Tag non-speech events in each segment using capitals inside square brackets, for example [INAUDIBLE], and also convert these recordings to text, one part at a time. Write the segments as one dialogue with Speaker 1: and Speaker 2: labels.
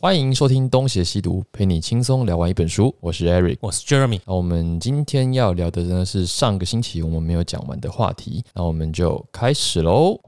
Speaker 1: 欢迎收听《东邪西毒》，陪你轻松聊完一本书。我是 Eric。
Speaker 2: 我是 Jeremy。
Speaker 1: 那我们今天要聊的呢是上个星期我们没有讲完的话题，那我们就开始喽。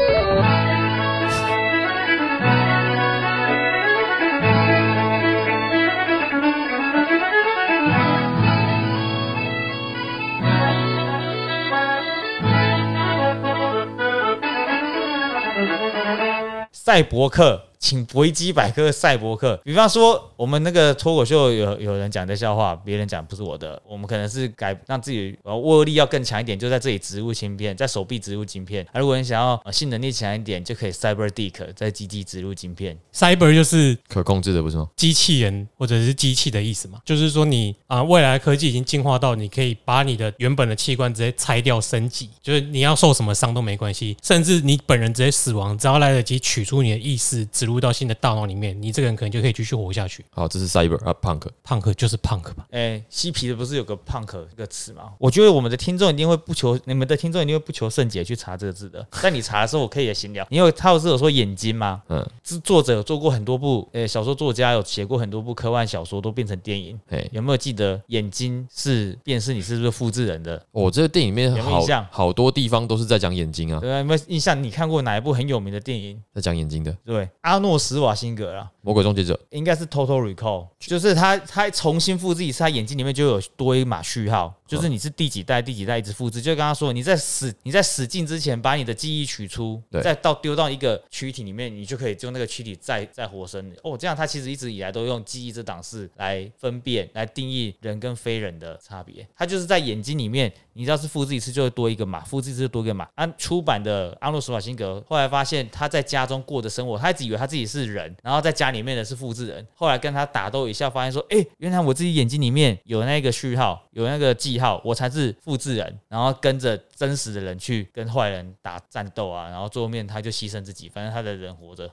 Speaker 2: 赛博克，请维基百科赛博克。比方说，我们那个脱口秀有有人讲的笑话，别人讲不是我的，我们可能是改让自己呃握力要更强一点，就在这里植入芯片，在手臂植入晶片。啊、如果你想要、呃性能力强一点，就可以 Cyber Dick 在基地植入晶片。
Speaker 3: Cyber 就是
Speaker 1: 可控制的不是吗？
Speaker 3: 机器人或者是机器的意思嘛，就是说你啊、未来科技已经进化到你可以把你的原本的器官直接拆掉升级，就是你要受什么伤都没关系，甚至你本人直接死亡，只要来得及取出你的意识，植入到新的大脑里面，你这个人可能就可以继续活下去。
Speaker 1: 好，这是 Cyber 啊 Punk。
Speaker 3: 胖克就是胖克吧，
Speaker 2: 哎、嬉皮的不是有个 punk 这个词吗？我觉得我们的听众一定会不求，你们的听众一定会不求甚解去查这个字的。但你查的时候，我可以也闲聊。你有他有是有说眼睛吗？
Speaker 1: 嗯，
Speaker 2: 是作者有做过很多部，呃、小说作家有写过很多部科幻小说，都变成电影。
Speaker 1: 嘿，
Speaker 2: 有没有记得眼睛是辨识你是不是复制人的？
Speaker 1: 我、哦这个电影里面
Speaker 2: 有没有
Speaker 1: 好
Speaker 2: 印象
Speaker 1: 好多地方都是在讲眼睛啊，
Speaker 2: 对啊，有没有印象？你看过哪一部很有名的电影？
Speaker 1: 在讲眼睛的《
Speaker 2: 对，阿诺·施瓦辛格啊，
Speaker 1: 魔鬼终结者》。
Speaker 2: 应该是 Total Recall，就是他他重新复制一次，他眼睛里面就有多一码序号，就是你是第几代第几代一直复制，就跟他说你在死你在死尽之前把你的记忆取出
Speaker 1: 对，
Speaker 2: 再到丢到一个躯体里面，你就可以用那个躯体再再活生。哦，这样他其实一直以来都用记忆这档事来分辨来定义人跟非人的差别，他就是在眼睛里面。你只要是复制一次就会多一个码，复制一次就多一个码。按、出版的阿诺·施瓦辛格后来发现他在家中过的生活，他一直以为他自己是人，然后在家里面的是复制人。后来跟他打斗一下，发现说，哎、原来我自己眼睛里面有那个序号，有那个记号，我才是复制人。然后跟着真实的人去跟坏人打战斗啊，然后最后面他就牺牲自己，反正他的人活着，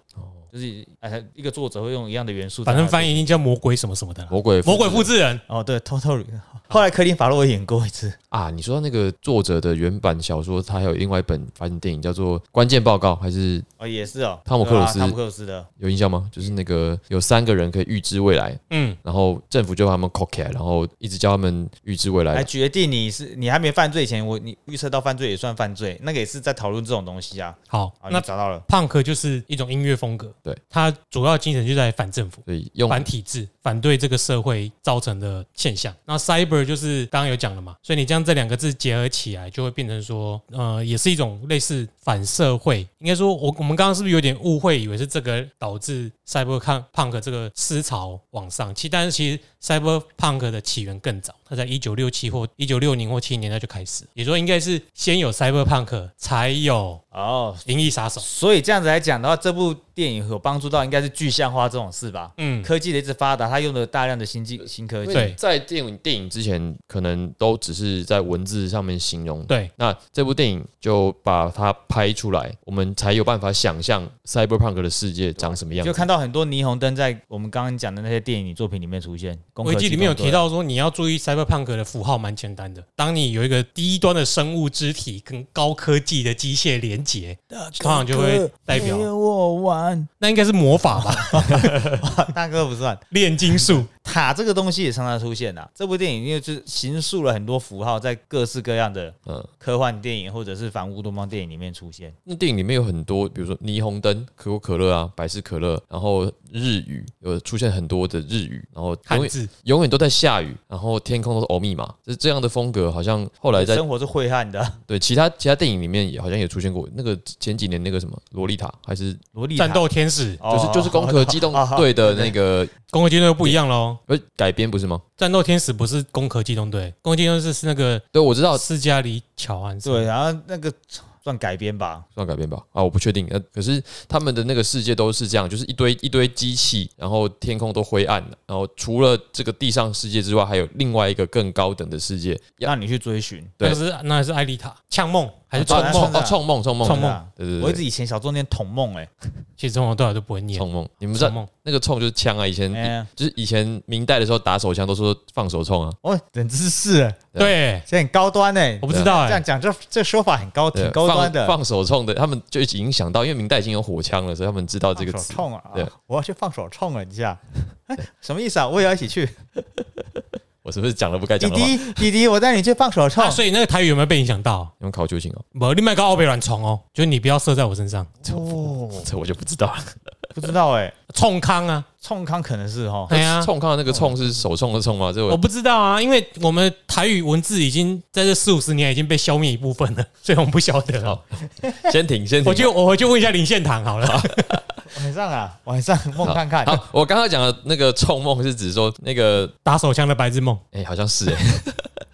Speaker 2: 就是呃一个作者会用一样的元素在
Speaker 3: 反
Speaker 2: 他的作
Speaker 3: 正
Speaker 2: 品，
Speaker 3: 翻译一定叫魔鬼什么什么的啦。
Speaker 1: 魔鬼
Speaker 3: 魔鬼复制人，
Speaker 2: 哦，对，Total Recall。后 [LAUGHS] 来科林·法洛演过一次，
Speaker 1: 啊！你说到那个作者的原版小说，他还有另外一本翻成电影叫做《关键报告》，还是
Speaker 2: 哦，也是哦，
Speaker 1: 汤姆
Speaker 2: 对啊
Speaker 1: 克鲁斯
Speaker 2: 汤姆克鲁斯的。
Speaker 1: 有印象吗？就是那个有三个人可以预知未来，
Speaker 3: 嗯，
Speaker 1: 然后政府就把他们扣起来，然后一直叫他们预知未
Speaker 2: 来
Speaker 1: 来。
Speaker 2: 决定你是你还没犯罪前，我你预测到犯罪也算犯罪，那个也是在讨论这种东西啊。
Speaker 3: 好
Speaker 2: 啊，，你
Speaker 3: 那
Speaker 2: 找到了，
Speaker 3: 胖克就是一种音乐风格，
Speaker 1: 对，
Speaker 3: 它主要精神就在反政府。
Speaker 1: 所以用
Speaker 3: 反体制、反对这个社会造成的现象。那 cyber 就是刚刚有讲了嘛，所以你将这两个字结合起来，就会变成说，呃，也是一种类似反社会。应该说，我我们刚刚是不是有点误会，以为是这个导致 cyber punk 这个思潮往上？其但是其实 cyber punk 的起源更早，它在一九六七或一九六零或七年代就开始，也说应该是先有 cyber punk，才有
Speaker 2: 哦，
Speaker 3: 《银翼杀手》。
Speaker 2: 所以这样子来讲的话，这部电影有帮助到应该是具象化这种事吧？
Speaker 3: 嗯，
Speaker 2: 科技的一直发达，它用了大量的新技新科技，
Speaker 3: 对
Speaker 1: 在电影电影之前，可能都只是在文字上面形容。
Speaker 3: 对，
Speaker 1: 那这部电影就把它拍出来，我们才有办法想象 cyberpunk 的世界长什么样
Speaker 2: 就
Speaker 1: 子。
Speaker 2: 看到很多霓虹灯在我们刚刚讲的那些电影作品里面出现。攻壳
Speaker 3: 危机
Speaker 2: 机
Speaker 3: 里面有
Speaker 2: 动队
Speaker 3: 提，到说，你要注意 cyberpunk 的符号蛮简单的。当你有一个低端的生物肢体跟高科技的机械连接，通常就会代表
Speaker 2: 陪我玩，
Speaker 3: 那应该是魔法吧，
Speaker 2: 大哥不算。
Speaker 3: 炼金术。
Speaker 2: 塔这个东西也常常出现啊。这部电影因为就是形塑了很多符号，在各式各样的
Speaker 1: 嗯，
Speaker 2: 科幻电影或者是反乌托邦电影里面出现。
Speaker 1: 那电影里面有很多，比如说霓虹灯、可口可乐啊、百事可乐，然后日语有出现很多的日语，然后永
Speaker 3: 汉
Speaker 1: 远
Speaker 3: 字
Speaker 1: 永远都在下雨，然后天空都是欧密码，就是这样的风格，好像后来在
Speaker 2: 生活是晦暗 [LAUGHS] 的，
Speaker 1: 对其他其他电影里面也好像也出现过，那个前几年那个什么洛丽塔还是
Speaker 2: 萝莉塔
Speaker 3: 战斗天使、
Speaker 2: 哦
Speaker 1: 就是就是攻壳机动
Speaker 2: 啊
Speaker 1: 队的那个
Speaker 3: 攻壳机动队不一样喽。
Speaker 1: 呃改编不是吗？
Speaker 3: 战斗天使不是攻壳机动队，攻壳机动队是那个
Speaker 1: 对，我知道
Speaker 3: 斯嘉丽·乔安斯。
Speaker 2: 对，然啊后那个算改编吧，
Speaker 1: 算改编吧啊，我不确定。呃，可是他们的那个世界都是这样，就是一堆一堆机器，然后天空都灰暗了，然后除了这个地上世界之外，还有另外一个更高等的世界，要
Speaker 2: 让你去追寻。
Speaker 1: 对
Speaker 3: 那个是那个是艾丽塔呛梦还是
Speaker 1: 啊
Speaker 3: 冲
Speaker 2: 冲
Speaker 3: 梦？
Speaker 2: 梦
Speaker 1: 哦，冲梦，冲梦，
Speaker 3: 冲梦
Speaker 2: 真的啊
Speaker 1: 对对对
Speaker 2: 我一直以前小时候念童梦，哎，
Speaker 3: 其实从小到大都啊不会念
Speaker 1: 冲梦。你们知
Speaker 3: 冲
Speaker 1: 道
Speaker 3: 梦。
Speaker 1: 那个冲就是枪啊，以前
Speaker 2: 哎呀
Speaker 1: 就是以前明代的时候打手枪都说放手冲啊，
Speaker 2: 哦，冷知识欸，
Speaker 3: 对，
Speaker 2: 这很高端哎
Speaker 3: 我。不知道哎
Speaker 2: 这样，讲，这这说法很高，
Speaker 1: 对
Speaker 2: 挺高端的。
Speaker 1: 放放手冲的，他们就已经想到，因为明代已经有火枪了，所以他们知道这个
Speaker 2: 放手
Speaker 1: 词。
Speaker 2: 冲啊
Speaker 1: 对，
Speaker 2: 我要去放手冲了一下。 [LAUGHS] 什么意思啊？我也要一起去。
Speaker 1: 我是不是讲了不该
Speaker 2: 弟
Speaker 1: 讲的话？
Speaker 2: 弟，弟弟，我带你去放手
Speaker 3: 啊，
Speaker 2: 冲。
Speaker 3: 所以那个台语有没有被影响到？
Speaker 1: 用考究竟哦，
Speaker 3: 不，另外一个奥贝软虫哦，就是你不要射在我身上，
Speaker 2: 哦，
Speaker 1: 这我就不知道了。
Speaker 2: 不知道哎、
Speaker 3: 冲康啊，
Speaker 2: 冲康可能是哦，
Speaker 3: 对啊，
Speaker 1: 冲看到那个冲是手冲的冲吗？这
Speaker 3: 我
Speaker 1: 我
Speaker 3: 不知道啊，因为我们台语文字已经在这四五十年已经被消灭一部分了， [LAUGHS] 所以我们不晓得了。
Speaker 1: 好先停先停。
Speaker 3: 我就我回去问一下林献堂好
Speaker 1: 啊
Speaker 3: 了。
Speaker 2: 晚上啊，晚上梦看看。
Speaker 1: 好，我刚刚讲的那个冲梦是指说那个
Speaker 3: [LAUGHS] 打手枪的白日梦，
Speaker 1: 哎、好像是哎、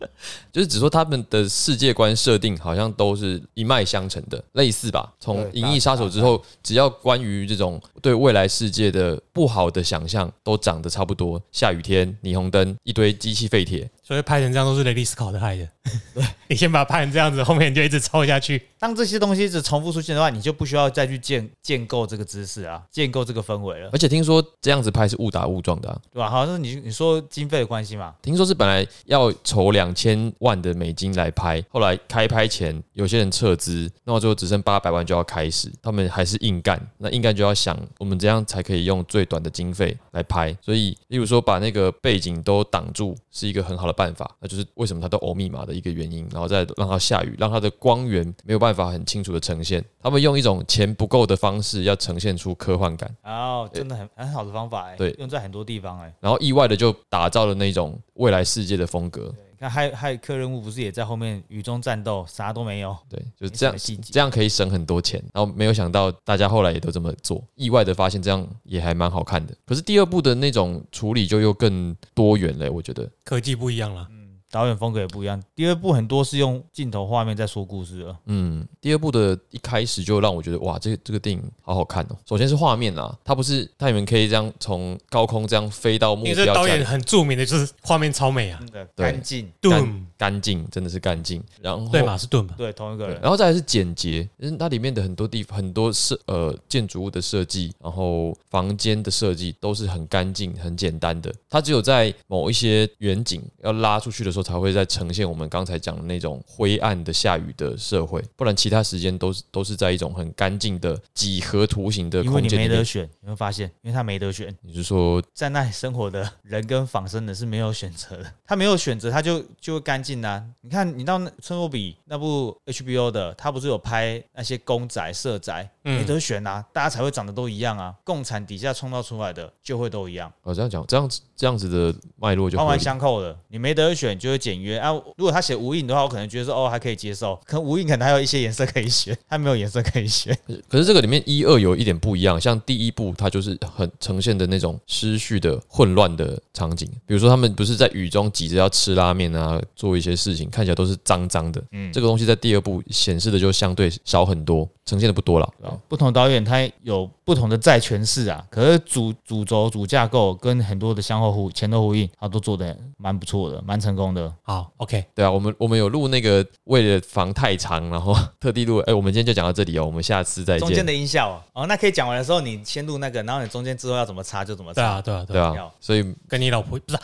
Speaker 1: [LAUGHS] 就是只说他们的世界观设定好像都是一脉相承的，类似吧？从
Speaker 2: 对
Speaker 1: 《银翼杀手》之后，只要关于这种对未来世界的不好的想象，都长得差不多。下雨天、霓虹灯、一堆机器废铁，
Speaker 3: 所以拍成这样都是雷利斯考的害的。 [LAUGHS] 你先把它拍成这样子，后面你就一直抄下去。
Speaker 2: 当这些东西一直重复出现的话，你就不需要再去建建构这个知识啊，建构这个氛围了，
Speaker 1: 而且听说这样子拍是误打误撞的、啊。
Speaker 2: 对吧？好像是你你说经费的关系嘛，
Speaker 1: 听说是本来要筹两千万的美金来拍，后来开拍前有些人撤资，那我最后只剩八百万就要开始，他们还是硬干。那硬干就要想我们怎样才可以用最短的经费来拍。所以，例如说把那个背景都挡住是一个很好的办法，那就是为什么它都欧密码的一个原因，然后再让它下雨，让它的光源没有办法很清楚的呈现。他们用一种钱不够的方式要呈现出科幻感。
Speaker 2: 然后真的很很好的方法哎、
Speaker 1: 对
Speaker 2: 用在很多地方哎、
Speaker 1: 然后意外的就打造了那种未来世界的风格，
Speaker 2: 你看骇骇客任务不是也在后面雨中战斗，啥都没有，
Speaker 1: 对，就是
Speaker 2: 没
Speaker 1: 这
Speaker 2: 什么
Speaker 1: 样
Speaker 2: 细节
Speaker 1: 这样可以省很多钱。然后没有想到大家后来也都这么做，意外的发现这样也还蛮好看的。可是第二部的那种处理就又更多元了，我觉得
Speaker 3: 科技不一样
Speaker 1: 嗯
Speaker 3: 了，
Speaker 2: 导演风格也不一样。第二部很多是用镜头画面在说故事了，
Speaker 1: 嗯，第二部的一开始就让我觉得哇，这这个电影好好看哦。首先是画面啦，它不是它你们可以这样从高空这样飞到目
Speaker 3: 因为这
Speaker 1: 标
Speaker 3: 导
Speaker 1: 价
Speaker 3: 演很著名的就是画面超美
Speaker 1: 嗯
Speaker 3: 啊
Speaker 2: 真的
Speaker 1: 对
Speaker 2: 干净，
Speaker 3: ，Doom
Speaker 1: 干净，真的是干哦净。然后
Speaker 3: 对嘛是 Doom 吧？
Speaker 2: 对，同一个
Speaker 1: 对，
Speaker 2: 人。
Speaker 1: 然后再来是简洁，就是它里面的很多地很多设呃建筑物的设计，然后房间的设计都是很干净、很简单的。它只有在某一些远景要拉出去的时候，才会再呈现我们刚才讲的那种灰暗的下雨的社会，不然其他时间都是都是在一种很干净的几何图形的
Speaker 2: 因为
Speaker 1: 空
Speaker 2: 你
Speaker 1: 间
Speaker 2: 没
Speaker 1: 里
Speaker 2: 得
Speaker 1: 面。
Speaker 2: 选，你会发现，因为他没得选，
Speaker 1: 你是说
Speaker 2: 在那里生活的人跟仿生人是没有选择的，他没有选择，他就就会干净啦。你看，你到那村落比那部 HBO 的，他不是有拍那些公宅、社宅，
Speaker 3: 嗯
Speaker 2: 没得选啊，大家才会长得都一样啊。共产底下创造出来的就会都一样，
Speaker 1: 哦这样讲，这样子这样子的脉络就
Speaker 2: 环
Speaker 1: 合
Speaker 2: 环
Speaker 1: 理。
Speaker 2: 相扣的。你没得选就会简约啊。如果他写无印的话，我可能觉得说哦还可以接受，可能无印可能还有一些颜色可以选，他没有颜色可以选。
Speaker 1: 可是这个里面一二有一点不一样，像第一部它就是很呈现的那种失序的混乱的场景，比如说他们不是在雨中急着要吃拉面啊，做一些事情，看起来都是脏脏的。
Speaker 2: 嗯
Speaker 1: 这个东西在第二部显示的就相对少很多，呈现的不多了。
Speaker 2: 对吧不同导演他有不同的再诠释啊，可是主主轴、主架构跟很多的相互呼前后呼应，他都做的蛮不错的，蛮成功的。
Speaker 3: 好，OK，
Speaker 1: 对啊，我们我们有录那个为了防太长，然后特地录。哎、我们今天就讲到这里哦，我们下次再
Speaker 2: 中间
Speaker 1: 见。
Speaker 2: 的音效啊哦，那可以讲完的时候你先录那个，然后你中间之后要怎么插就怎么
Speaker 3: 对
Speaker 2: 插。
Speaker 3: 啊，对啊，对
Speaker 1: 对
Speaker 3: 啊，
Speaker 1: 啊，所以
Speaker 3: 跟你老婆不是啊，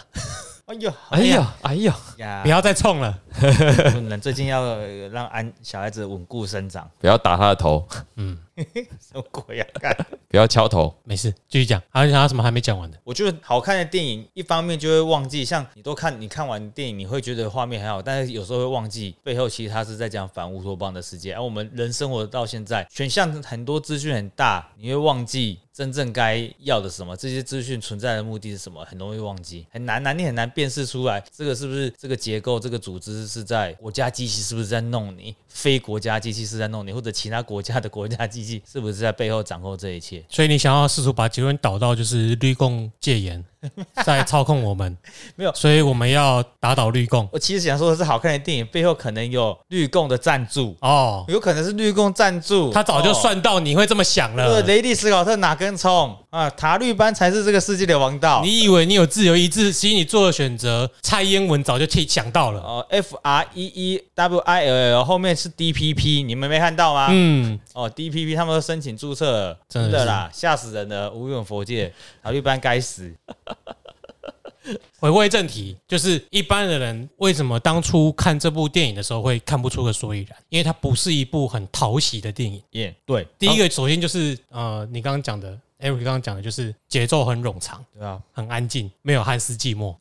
Speaker 2: 哎呦，
Speaker 1: 哎呀哎呀，
Speaker 2: 呀 [LAUGHS]
Speaker 3: 不，要再冲了，
Speaker 2: 人最近要呃让安小孩子稳固生长，
Speaker 1: 不要打他的头，
Speaker 2: 什么鬼啊？干
Speaker 1: 不要敲头。
Speaker 3: 没事，继续讲。还有还有什么还没讲完的？
Speaker 2: 我觉得好看的电影，一方面就会忘记，像你都看，你看完电影，你会觉得画面很好，但是有时候会忘记背后其实它是在讲反乌托邦的世界。而、啊我们人生活到现在，选项很多，资讯很大，你会忘记真正该要的是什么，这些资讯存在的目的是什么，很容易忘记，很难难，你很难辨识出来，这个是不是这个结构，这个组织是在国家机器是不是在弄你，非国家机器是在弄你，或者其他国家的国家机器是不是在背后掌控这一切？
Speaker 3: 所以你想要试图把结论导到就是绿共戒
Speaker 2: [LAUGHS]
Speaker 3: 严在操控我们，
Speaker 2: 没有
Speaker 3: 所以我们要打倒绿共
Speaker 2: 我其实想说的是，好看的电影背后可能有绿共的赞助，
Speaker 3: 哦。
Speaker 2: 有可能是绿共赞助。
Speaker 3: 他早就
Speaker 2: 哦
Speaker 3: 算到你会这么想
Speaker 2: 对
Speaker 3: 了，
Speaker 2: 雷利·斯考特哪根葱啊？塔绿班才是这个世界的王道。
Speaker 3: 你以为你有自由意志，其实你做的选择，蔡英文早就替想到了。
Speaker 2: 哦，F R E E W I L L 后面是 D P P，你们没看到吗？
Speaker 3: 嗯，
Speaker 2: 哦，D P P 他们都申请注册了，
Speaker 3: 真的
Speaker 2: 真的啦，吓死人了！无远佛界，塔绿班该死。
Speaker 3: 回归正题，就是一般的人为什么当初看这部电影的时候会看不出个所以然，因为它不是一部很讨喜的电影。
Speaker 2: 耶、对，
Speaker 3: 第一个，首先就是呃，你刚刚讲的 Eric 刚刚讲的就是节奏很冗长，
Speaker 2: 对啊，
Speaker 3: 很安静，没有汉斯寂寞，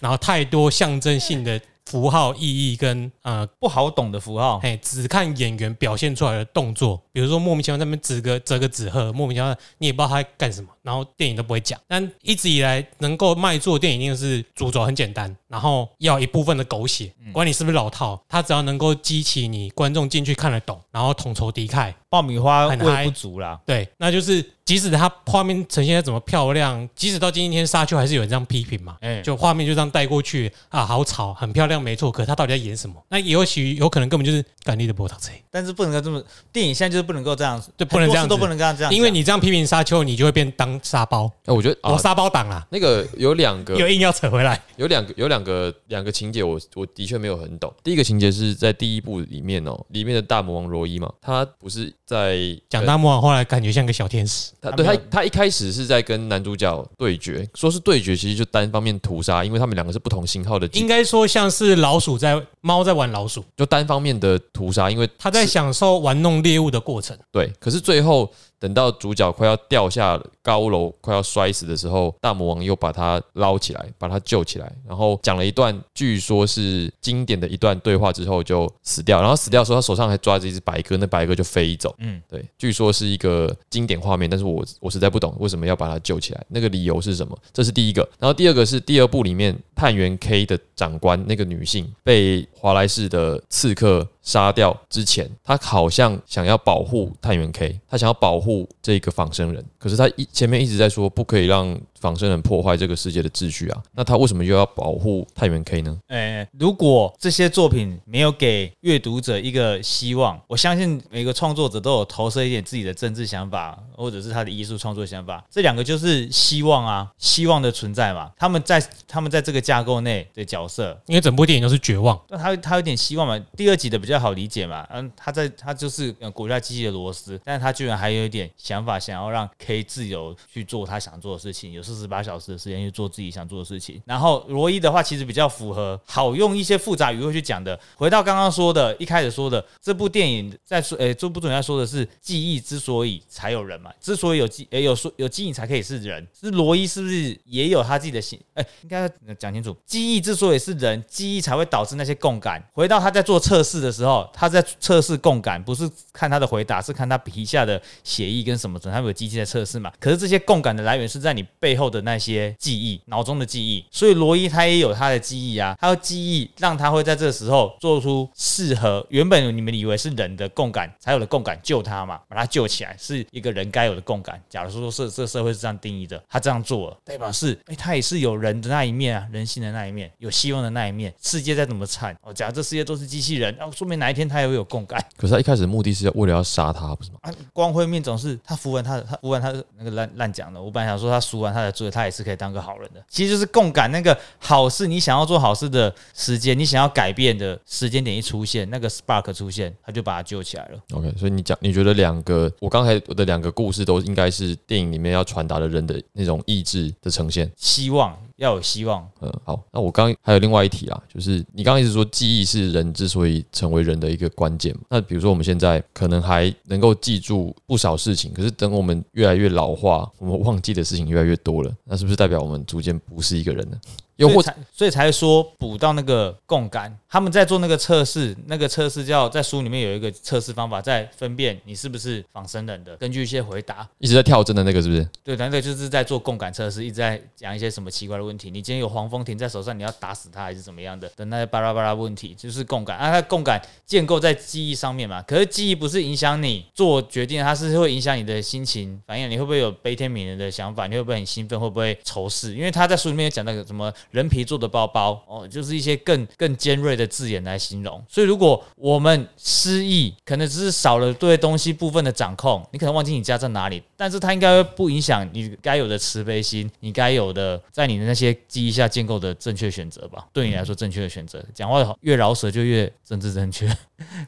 Speaker 3: 然后太多象征性的符号意义跟呃
Speaker 2: 不好懂的符号，
Speaker 3: 哎，只看演员表现出来的动作，比如说莫名其妙在那边指个折个纸鹤，莫名其妙你也不知道他在干什么，然后电影都不会讲。但一直以来能够卖座的电影一定是主轴很简单，然后要一部分的狗血，管你是不是老套，它只要能够激起你观众进去看得懂，然后统筹敌忾，
Speaker 2: 爆米花
Speaker 3: 很
Speaker 2: 味
Speaker 3: 嗨
Speaker 2: 不足啦。
Speaker 3: 对，那就是即使它画面呈现的怎么漂亮，即使到今天沙丘还是有人这样批评嘛，
Speaker 2: 哎
Speaker 3: 就画面就这样带过去啊，好吵，很漂亮没错，可它到底在演什么？那也许有可能根本就是干你的波涛车。
Speaker 2: 但是不能够这么，电影现在就是不能够这样，
Speaker 3: 对不能这样
Speaker 2: 很多事
Speaker 3: 子
Speaker 2: 都不能这样这样讲，
Speaker 3: 因为你这样批评沙丘，你就会变当沙包，
Speaker 1: 哎，我觉得啊
Speaker 3: 我，沙包党啦，
Speaker 1: 那个有两个
Speaker 3: 又硬要扯回来。
Speaker 1: 有两个有两个两个情节我，我的确没有很懂。第一个情节是在第一部里面哦，里面的大魔王罗伊嘛，他不是在呃
Speaker 3: 讲大魔啊王后来感觉像个小天使，
Speaker 1: 他
Speaker 2: 他
Speaker 1: 对
Speaker 2: 没
Speaker 1: 他
Speaker 2: 有
Speaker 1: 他一开始是在跟男主角对决，说是对决，其实就单方面屠杀，因为他们两个是不同型号的机，
Speaker 3: 应该说像是老鼠在猫在玩老鼠，
Speaker 1: 就单方面的屠杀，因为
Speaker 3: 它在
Speaker 1: 是
Speaker 3: 享受玩弄猎物的过程。
Speaker 1: 对。可是最后等到主角快要掉下高楼，快要摔死的时候，大魔王又把他捞起来，把他救起来，然后讲了一段据说是经典的一段对话之后就死掉，然后死掉的时候他手上还抓着一只白鸽，那白鸽就飞走。
Speaker 2: 嗯，
Speaker 1: 对，据说是一个经典画面，但是我我实在不懂为什么要把它救起来，那个理由是什么？这是第一个。然后第二个是第二部里面探员 K 的长官那个女性被华莱士的刺客杀掉之前，她好像想要保护探员 K，她想要保护这个仿生人，可是她一前面一直在说不可以让仿生人破坏这个世界的秩序啊，那她为什么又要保护探员 K 呢？
Speaker 2: 呃，如果这些作品没有给阅读者一个希望，我相信每个创作者都有投射一点自己的政治想法，或者是他的艺术创作想法。这两个就是希望啊，希望的存在嘛。他们在他们在这个架构内的角色，
Speaker 3: 因为整部电影都是绝望，
Speaker 2: 哦那他他有点希望嘛。第二集的比较好理解嘛，嗯，他在他就是呃国家机器的螺丝，但是他居然还有一点想法，想要让 K 自由去做他想做的事情，有四十八小时的时间去做自己想做的事情。然后罗伊的话，其实比较符合好用一些复杂语汇去讲的。回到刚刚说的，一开始说的这部电影在说，呃、这部电影在说的是记忆之所以才有人嘛，之所以有记，呃、有说有记忆才可以是人，是罗伊是不是也有他自己的心？哎、应该要讲清楚，记忆之所以是人，记忆才会导致那些共感。回到他在做测试的时候，他在测试共感，不是看他的回答，是看他皮下的血液跟什么的，他们有机器在测试嘛。可是这些共感的来源是在你背后的那些记忆，脑中的记忆。所以罗伊他也有他的记忆啊，他的记忆让他会在这个时候做出适合原本你们以为是人的共感才有的共感，救他嘛，把他救起来是一个人该有的共感。假如说这这社会是这样定义的，他这样做了，代表是哎、诶他也是有人的那一面啊，人性的那一面，有希望的那一面。世界再怎么惨哦，假如这世界都是机器人，哦，说明哪一天他也会有共感。
Speaker 1: 可是他一开始的目的是要为了要杀他，不是吗？
Speaker 2: 啊，光辉面总是他服完他的，他服完他的那个烂烂讲的。我本来想说他赎完他的罪，他也是可以当个好人的。其实就是共感那个好事，你想要做好事的时间，你想要改变的时间点一出现，那个 spark 出现，他就把他救起来了。
Speaker 1: OK，所以你讲，你觉得两个我刚才我的两个故事都应该是电影里面要传达的人的那种意志的呈现。
Speaker 2: 希望要有希望，
Speaker 1: 嗯，好，那我刚还有另外一题啊，就是你刚刚一直说记忆是人之所以成为人的一个关键嘛。那比如说我们现在可能还能够记住不少事情，可是等我们越来越老化，我们忘记的事情越来越多了，那是不是代表我们逐渐不是一个人呢？又
Speaker 2: 所
Speaker 1: 或
Speaker 2: 以才所以才说补到那个共感。他们在做那个测试，那个测试叫在书里面有一个测试方法，在分辨你是不是仿生人的，根据一些回答，
Speaker 1: 一直在跳针的那个是不是？
Speaker 2: 对，那个就是在做共感测试，一直在讲一些什么奇怪的问题。你今天有黄蜂停在手上，你要打死它还是怎么样的？等那些巴拉巴拉问题，就是共感啊。它共感建构在记忆上面嘛。可是记忆不是影响你做决定，它是会影响你的心情反应。你会不会有悲天悯人的想法？你会不会很兴奋？会不会仇视？因为他在书里面有讲那个什么人皮做的包包哦，就是一些更更尖锐的字眼来形容。所以如果我们失忆，可能只是少了对东西部分的掌控，你可能忘记你家在哪里，但是它应该不影响你该有的慈悲心，你该有的在你的那些记忆下建构的正确选择吧。对你来说，正确的选择，讲话好越饶舌就越政治正确。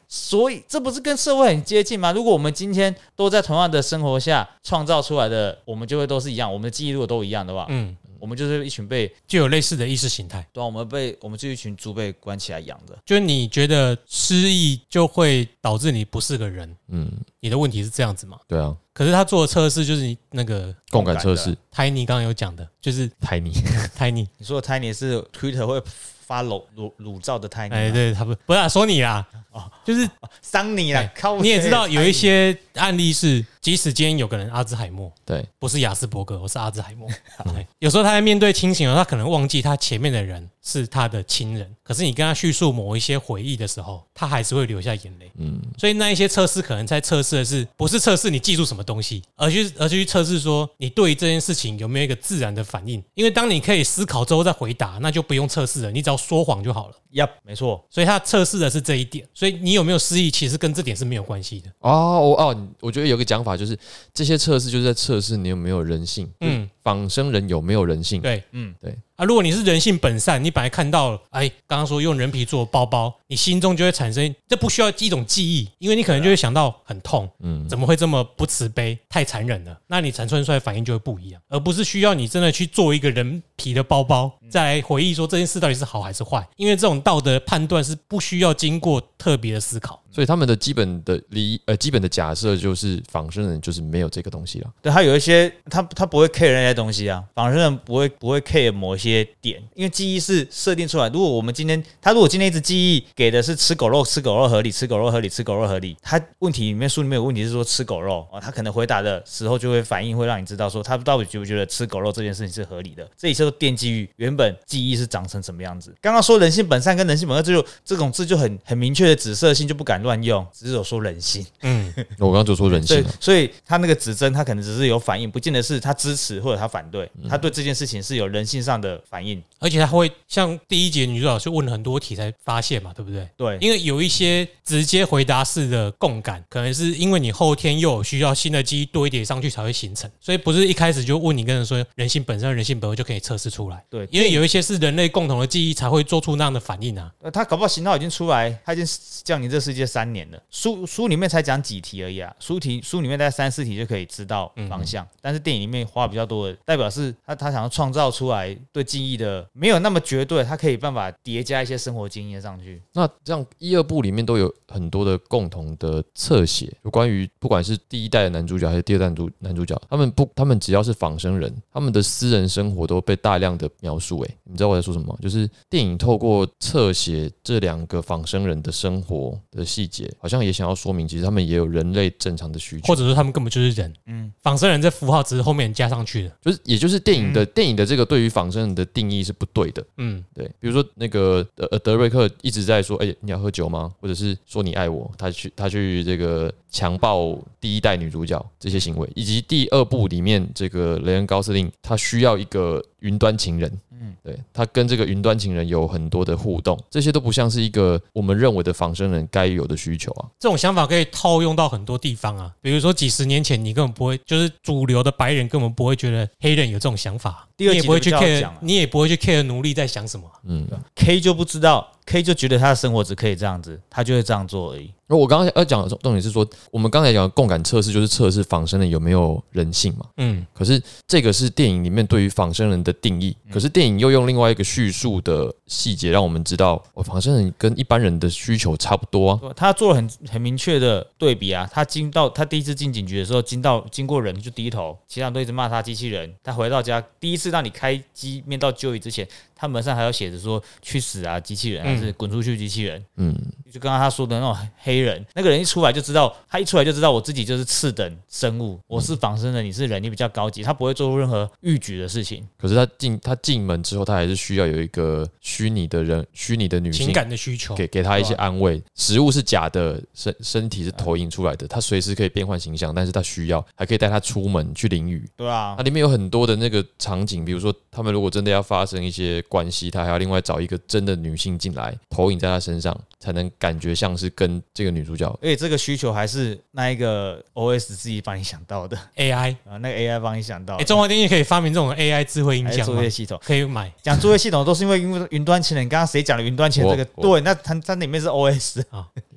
Speaker 2: 所以这不是跟社会很接近吗？如果我们今天都在同样的生活下创造出来的，我们就会都是一样。我们的记忆如果都一样的话，
Speaker 3: 嗯，
Speaker 2: 我们就是一群被
Speaker 3: 就有类似的意识形态，
Speaker 2: 对、啊，我们被我们就一群猪被关起来养的。
Speaker 3: 就是你觉得失忆就会导致你不是个人，
Speaker 1: 嗯，
Speaker 3: 你的问题是这样子吗？
Speaker 1: 对啊，
Speaker 3: 可是他做的测试就是你那个
Speaker 1: 共感测试，
Speaker 3: 泰尼刚刚有讲的，就是
Speaker 1: 太你
Speaker 3: 泰尼，
Speaker 2: 你说的 Tiny 是 Twitter 会发裸裸裸照的 Tiny，
Speaker 3: 哎，
Speaker 2: 吗
Speaker 3: 对，他不不是啊说你啦，
Speaker 2: [LAUGHS]
Speaker 3: 就是
Speaker 2: 伤你了
Speaker 3: 哎，
Speaker 2: 哦靠！
Speaker 3: 你也知道有一些案例是，即使今天有个人阿兹海默，
Speaker 1: 对
Speaker 3: 不是雅斯伯格，我是阿兹海
Speaker 2: [LAUGHS]
Speaker 3: 默。对有时候他在面对清醒的时候，他可能忘记他前面的人是他的亲人，可是你跟他叙述某一些回忆的时候，他还是会流下眼泪。
Speaker 1: 嗯
Speaker 3: 所以那一些测试可能在测试的是不是测试你记住什么东西，而去而去测试说你对于这件事情有没有一个自然的反应。因为当你可以思考之后再回答，那就不用测试了，你只要说谎就好了。
Speaker 2: 呀，没错，
Speaker 3: 所以他测试的是这一点，所以你有没有失忆其实跟这点是没有关系的。
Speaker 1: 哦我哦，我觉得有个讲法就是这些测试就是在测试你有没有人性，
Speaker 3: 嗯
Speaker 1: 嗯，仿生人有没有人性，
Speaker 3: 对，
Speaker 2: 嗯，
Speaker 1: 对
Speaker 3: 啊，如果你是人性本善，你本来看到，哎，刚刚说用人皮做包包，你心中就会产生，这不需要一种记忆，因为你可能就会想到很痛，
Speaker 1: 嗯
Speaker 3: 怎么会这么不慈悲，太残忍了？那你产生出来的反应就会不一样，而不是需要你真的去做一个人皮的包包，
Speaker 1: 嗯
Speaker 3: 再来回忆说这件事到底是好还是坏，因为这种道德判断是不需要经过特别的思考。
Speaker 1: 所以他们的基本的理呃基本的假设就是仿生人就是没有这个东西了。
Speaker 2: 对他有一些，他他不会 care 那些东西啊，仿生人不会不会 care 某一些点，因为记忆是设定出来。如果我们今天，他如果今天一直记忆给的是吃狗肉，吃狗肉合理，吃狗肉合理，吃狗肉合理，他问题里面书里面有问题是说吃狗肉哦，他可能回答的时候就会反应会让你知道说他到底觉不觉得吃狗肉这件事情是合理的，这一切都奠基于原本记忆是长成什么样子。刚刚说人性本善跟人性本恶，这就这种字就很很明确的指涉性就不敢乱用，只有说人性。
Speaker 3: 嗯，
Speaker 1: 我刚刚就说人
Speaker 2: 所
Speaker 1: 性
Speaker 2: 以
Speaker 1: 了，
Speaker 2: 所以他那个指针，他可能只是有反应，不见得是他支持或者他反对，他对这件事情是有人性上的反应。
Speaker 3: 而且他会像第一节女主角去问了很多题才发现嘛，对不对？
Speaker 2: 对，
Speaker 3: 因为有一些直接回答式的共感，可能是因为你后天又有需要新的记忆堆叠上去才会形成，所以不是一开始就问你跟人说人性本身、人性本恶就可以测试出来。
Speaker 2: 对
Speaker 3: 因为有一些是人类共同的记忆才会做出那样的反应啊。
Speaker 2: 呃他搞不好型号已经出来，他已经降临这世界三年了。书书里面才讲几题而已啊，书题书里面大概三四题就可以知道方向，嗯但是电影里面花比较多的，代表是他他想要创造出来对记忆的没有那么绝对，他可以办法叠加一些生活经验上去。
Speaker 1: 那这样一二部里面都有很多的共同的侧写，有关于不管是第一代的男主角还是第二代主男主角，他们不，他们只要是仿生人，他们的私人生活都被大量的描述。诶，你知道我在说什么吗？就是电影透过侧写这两个仿生人的生活的细节，好像也想要说明，其实他们也有人类正常的需求
Speaker 3: 或。者说他们根本就是人，嗯，仿生人这符号只是后面加上去的，
Speaker 1: 就是，也就是电影的、电影的这个对于仿生人的定义是不对的，
Speaker 3: 嗯，
Speaker 1: 对，比如说那个呃德瑞克一直在说，哎、你要喝酒吗？或者是说你爱我？他去他去这个强暴第一代女主角这些行为，以及第二部里面这个雷恩高司令，他需要一个云端情人，嗯，对他跟这个云端情人有很多的互动，这些都不像是一个我们认为的仿生人该有的需求啊。
Speaker 3: 这种想法可以套用到很多地方啊，比如说几十年前你根本不会，就是主流的白人根本不会觉得黑人有这种想法，啊
Speaker 2: 第二
Speaker 3: 你
Speaker 2: 集
Speaker 3: 也不会去
Speaker 2: 就比较
Speaker 3: care，
Speaker 2: 讲了
Speaker 3: 你也不会去 care 奴隶在想什么啊，
Speaker 1: 嗯，
Speaker 2: K 就不知道，K 就觉得他的生活只可以这样子，他就会这样做而已。
Speaker 1: 然后我刚刚要讲的重点是说，我们刚才讲的共感测试就是测试仿生人有没有人性嘛。
Speaker 3: 嗯，
Speaker 1: 可是这个是电影里面对于仿生人的定义，
Speaker 3: 嗯
Speaker 1: 可是电影又用另外一个叙述的细节让我们知道，哦，仿生人跟一般人的需求差不多啊。
Speaker 2: 对他做了很很明确的对比啊，他进到他第一次进警局的时候，进到经过人就低头，其他人都一直骂他机器人。他回到家第一次让你开机面到就椅之前，他门上还要写着说“去死啊，机器
Speaker 3: 嗯
Speaker 2: 人”还是“滚出去，机器人”
Speaker 1: 嗯，
Speaker 2: 就刚刚他说的那种黑人，那个人一出来就知道，他一出来就知道我自己就是次等生
Speaker 3: 嗯
Speaker 2: 物，我是仿生人，你是人，你比较高级，他不会做出任何逾矩的事情。
Speaker 1: 可是他进他进门之后，他还是需要有一个虚拟的人、虚拟的女性
Speaker 3: 情感的哦需求，
Speaker 1: 给给他一些安慰。食物是假的，身身体是投影出来的，他随时可以变换形象，但是他需要还可以带他出门去淋雨，
Speaker 2: 对啊
Speaker 3: 嗯
Speaker 1: 它，里面有很多的那个场景，比如说他们如果真的要发生一些关系，他还要另外找一个真的女性进来投影在她身上，才能感觉像是跟这个女主角。
Speaker 2: 而且这个需求还是那一个 OS 自己帮你想到的
Speaker 3: AI，
Speaker 2: 啊，那个 AI 帮你想到
Speaker 3: 哎、
Speaker 2: 的。
Speaker 3: 中华电信可以发明这种 AI 智慧音
Speaker 2: 还是
Speaker 3: 响
Speaker 2: 哎作
Speaker 3: 吗
Speaker 2: 业？系统，
Speaker 3: 可以买
Speaker 2: 讲作业系统都是因为因为云端情人，刚刚谁讲了云端情人这个？
Speaker 1: 我
Speaker 2: 对，那它它里面是 OS，